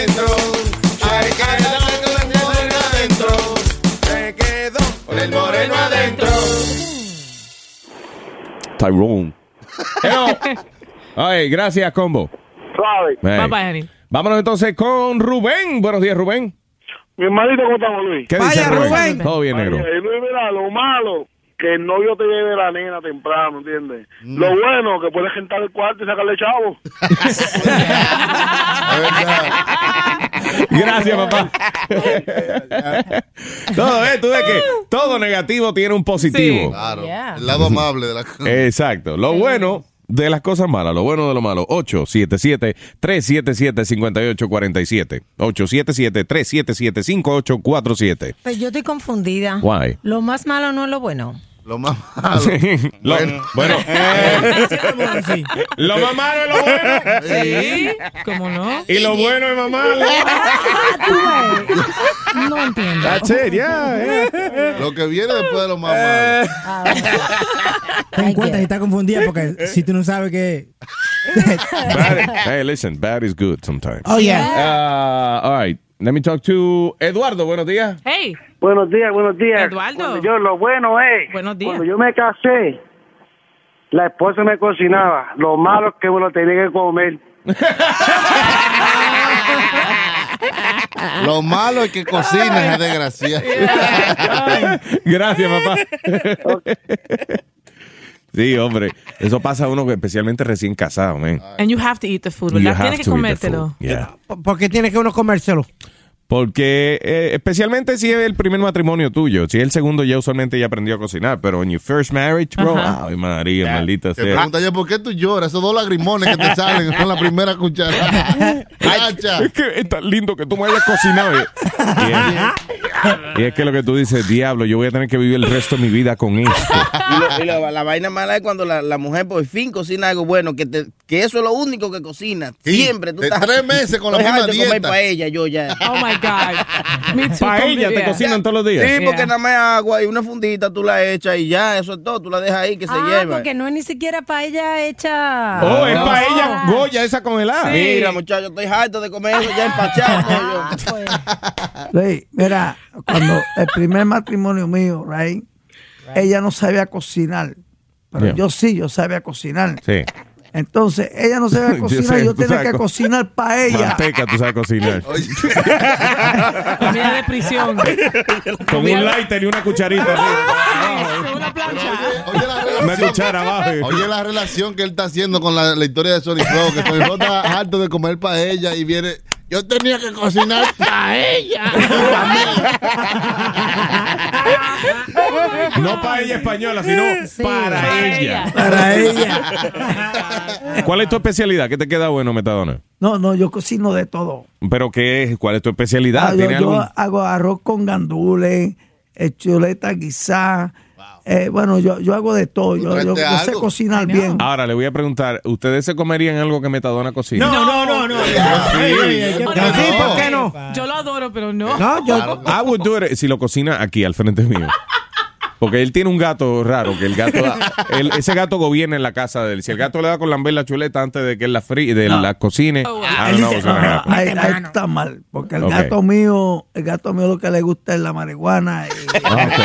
Speaker 11: Ay, quedó el moreno adentro. Se quedó el moreno adentro.
Speaker 3: Tyrone. Ay, gracias, combo.
Speaker 10: Suave.
Speaker 3: Hey.
Speaker 5: Bye, bye, honey.
Speaker 3: Vámonos entonces con Rubén. Buenos días, Rubén.
Speaker 10: Mi hermanito, ¿cómo estamos, Luis?
Speaker 3: ¿Qué dice Rubén? Todo bien, negro.
Speaker 10: Oye, Luis, mira, lo malo, que el novio te lleve la nena temprano, ¿entiendes?
Speaker 3: Mm.
Speaker 10: Lo bueno, que puedes rentar el cuarto y sacarle chavo.
Speaker 3: Gracias, papá. todo, ¿eh? Tú ves que todo negativo tiene un positivo.
Speaker 8: Claro. El lado amable de la
Speaker 3: Exacto. Lo bueno de las cosas malas, lo bueno de lo malo. 877-377-5847. 877-377-5847.
Speaker 15: Pero Pues yo estoy confundida.
Speaker 3: Why?
Speaker 15: Lo más malo no es lo bueno.
Speaker 8: Ah, Lo más
Speaker 3: Sí. Lo- bueno, lo más malo es lo bueno.
Speaker 5: Sí, ¿cómo no?
Speaker 3: Y lo bueno es mamá.
Speaker 15: No entiendo.
Speaker 3: That's it, yeah,
Speaker 8: ¿eh? Lo que viene después de lo
Speaker 3: Eh,
Speaker 8: más malo.
Speaker 13: Ten en cuenta si está confundida porque si tú no sabes que
Speaker 3: Bad- hey, listen, bad is good sometimes.
Speaker 13: Oh, yeah.
Speaker 3: Uh, all right, let me talk to Eduardo. Buenos días.
Speaker 5: Hey.
Speaker 10: Buenos días, buenos días.
Speaker 5: Eduardo.
Speaker 10: Cuando yo, lo bueno es,
Speaker 5: Buenos días.
Speaker 10: cuando yo me casé, la esposa me cocinaba. Lo malo es que me lo tenía que comer.
Speaker 15: Ah.
Speaker 8: Lo malo es que cocinas, es desgraciado.
Speaker 3: Gracias, papá. sí, hombre, eso pasa a uno que especialmente recién casado, man.
Speaker 5: And you have to eat the food,
Speaker 3: You
Speaker 5: ¿verdad?
Speaker 3: have
Speaker 5: Tienes que
Speaker 3: to eat the
Speaker 5: comértelo.
Speaker 3: food. Yeah.
Speaker 7: ¿Por qué tiene que uno comérselo?
Speaker 3: Porque eh, especialmente si es el primer matrimonio tuyo, si es el segundo ya usualmente ya aprendió a cocinar, pero en your first marriage, bro, ay María, maldita
Speaker 8: Te
Speaker 3: sea.
Speaker 8: pregunta yo, ¿por qué tú lloras? Esos dos lagrimones que te salen con la primera cucharada. Cacha.
Speaker 3: Es que es tan lindo que tú me hayas cocinado. eh. Y es- Y es que lo que tú dices, diablo, yo voy a tener que vivir el resto de mi vida con esto.
Speaker 19: Y, lo- y lo- la vaina mala es cuando la, la mujer por fin cocina algo bueno, que, te- que eso es lo único que cocina.
Speaker 8: Sí,
Speaker 19: Siempre. Tú
Speaker 8: de
Speaker 19: estás,
Speaker 8: tres meses con la
Speaker 19: Tú dejas
Speaker 8: misma
Speaker 19: de comer
Speaker 8: dieta.
Speaker 19: pa' ella, yo ya.
Speaker 5: Oh my God. Me too.
Speaker 19: Paella, te cocinan
Speaker 3: todos los
Speaker 19: Sí, porque
Speaker 5: Yeah.
Speaker 19: nada más agua y una fundita tú la echas y ya, eso es todo. Tú la dejas ahí que se
Speaker 15: ah,
Speaker 19: lleva.
Speaker 15: porque no es ni siquiera paella hecha.
Speaker 19: Oh, es paella
Speaker 15: Ah.
Speaker 3: Goya, esa congelada.
Speaker 19: Mira, muchachos, estoy harto de comer eso ya
Speaker 5: Ah,
Speaker 19: empachado.
Speaker 5: pues.
Speaker 23: Luis, mira, cuando el primer matrimonio mío, right, ella no sabía cocinar. Pero
Speaker 3: Yeah.
Speaker 23: yo sí, yo sabía cocinar.
Speaker 3: Sí.
Speaker 23: Entonces, ella no sabía
Speaker 3: Yo
Speaker 23: cocinar,
Speaker 3: sé,
Speaker 23: yo
Speaker 3: tú
Speaker 23: tenía
Speaker 3: sabes
Speaker 23: que
Speaker 3: co-
Speaker 23: cocinar para ella.
Speaker 3: Manteca, tú sabes cocinar.
Speaker 5: Comida de prisión.
Speaker 3: Con un lighter y una cucharita. Una cuchara abajo.
Speaker 8: Oye, la relación que él está haciendo con la, la historia de Sony Flow, que Sony Flow está harto de comer para ella y viene. Yo tenía que cocinar para ella.
Speaker 3: No para ella española, sino para ella.
Speaker 8: Para ella.
Speaker 3: ¿Cuál es tu especialidad? ¿Qué te queda bueno, Metadona?
Speaker 23: No, no, yo cocino de todo.
Speaker 3: ¿Pero qué es? ¿Cuál es tu especialidad?
Speaker 23: Ah, yo,
Speaker 3: ¿Tiene
Speaker 23: yo
Speaker 3: algún-
Speaker 23: hago arroz con gandules, eh, chuleta guisada. Eh, bueno, yo, yo hago de todo. Yo, yo- yo sé cocinar bien.
Speaker 3: Ahora le voy a preguntar, ¿ustedes se comerían algo que Metadona cocina?
Speaker 23: no, no, no. Ay, ay, ay, yo-
Speaker 5: No,
Speaker 23: Sí,
Speaker 5: no.
Speaker 23: ¿por qué no?
Speaker 5: Yo lo adoro, pero no.
Speaker 3: I would do it si lo cocina aquí, al frente mío. Porque él tiene un gato raro, que el gato, el- ese gato gobierna en la casa de él. Si el gato le da con la la chuleta antes de que él la, fri- de la cocine, I don't know what's gonna happen.
Speaker 23: Ahí, ahí está mal, porque el
Speaker 3: Ok.
Speaker 23: gato mío, el gato mío lo que le gusta es la marihuana. y-
Speaker 3: Ah, ok.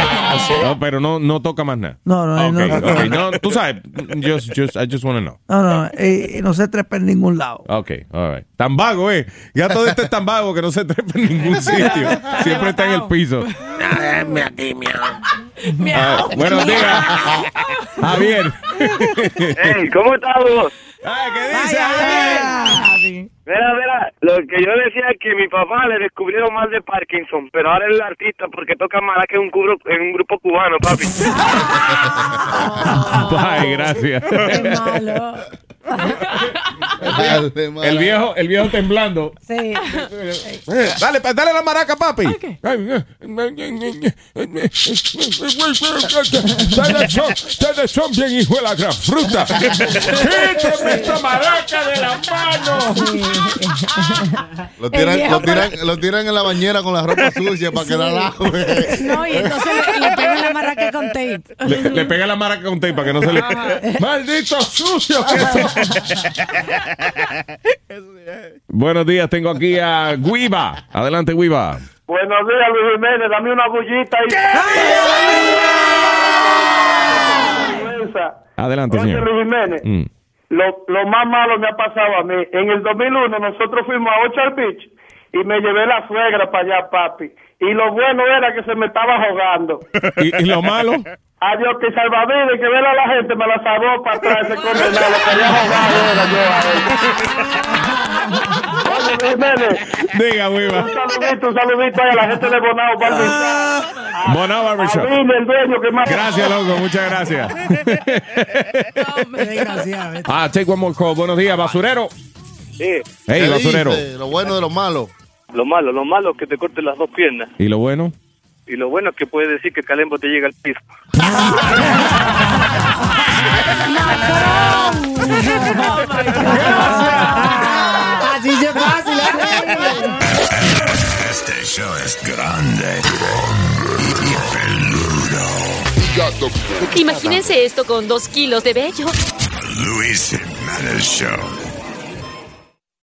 Speaker 3: No, pero no, no toca más nada.
Speaker 23: No, no,
Speaker 3: Ok,
Speaker 23: no
Speaker 3: ok.
Speaker 23: toca
Speaker 3: No, tú sabes, just, just, I just wanna know.
Speaker 23: No, no, y, y no se trepa en ningún lado.
Speaker 3: Ok, all right. Tan vago, eh. Gato de este es tan vago que no se trepa en ningún sitio. Siempre está en el piso.
Speaker 6: Déjame aquí, miau.
Speaker 3: Ah, buenos días. Javier.
Speaker 18: Hey, ¿cómo estamos?
Speaker 3: ¿Qué dices,
Speaker 18: Javier? Mira, mira, lo que yo decía es que mi papá le descubrieron mal de Parkinson, pero ahora es el artista porque toca más que un cubro, en un grupo cubano, papi.
Speaker 3: Bye, gracias. El viejo, el viejo temblando.
Speaker 15: Sí.
Speaker 3: Eh, Dale, pa- dale la maraca, papi. Ay, eh,
Speaker 11: Ustedes
Speaker 3: son- Ustedes son bien hijo de la gran fruta. Quítame esta maraca de la mano.
Speaker 8: Lo
Speaker 15: El
Speaker 8: tiran,
Speaker 15: viejo
Speaker 8: lo, tiran, lo tiran en la bañera con la ropa sucia para quedar ajo.
Speaker 15: No, y entonces le, le pegan la marraca con tape.
Speaker 3: Le, le pega la maraca con tape para que no se le. ¡Maldito sucio! Buenos días, tengo aquí a Guiba. Adelante, Guiba.
Speaker 10: Buenos días, Luis Jiménez. Dame una bullita y... Vergüenza.
Speaker 3: Adelante,
Speaker 10: Oye,
Speaker 3: señor.
Speaker 10: Luis Jiménez,
Speaker 3: Mm.
Speaker 10: lo, lo más malo me ha pasado a mí. En el 2001 nosotros fuimos a Ocean Beach y me llevé la suegra para allá, papi. Y lo bueno era que se me estaba jugando.
Speaker 3: ¿Y, y lo malo?
Speaker 10: Adiós, que salvavidas y que vela a la gente, me la salvó para atrás ese condenado. que había jugado era yo a él. Oye, Luis Jiménez.
Speaker 3: Diga, Guiba.
Speaker 10: Un saludito, un saludito ahí a la gente de Bonao,
Speaker 3: Ah.
Speaker 10: Barbershop.
Speaker 3: Bonao
Speaker 10: A
Speaker 3: Barbershop.
Speaker 10: Bill, el dueño que más...
Speaker 3: Gracias, loco, muchas gracias. Ah, take one more call. Buenos días, basurero.
Speaker 18: Sí.
Speaker 3: Hey,
Speaker 8: ¿Qué
Speaker 3: basurero.
Speaker 8: dice? Lo bueno de lo malo.
Speaker 18: Lo malo, lo malo es que te corten las dos piernas.
Speaker 3: ¿Y lo bueno?
Speaker 18: Y lo bueno es que puedes decir que Calembo te llega al piso.
Speaker 11: Así se fácil. ¿eh?
Speaker 1: Este show es grande. Y peludo.
Speaker 30: Imagínense esto con dos kilos de vello.
Speaker 1: Luis Jiménez Show.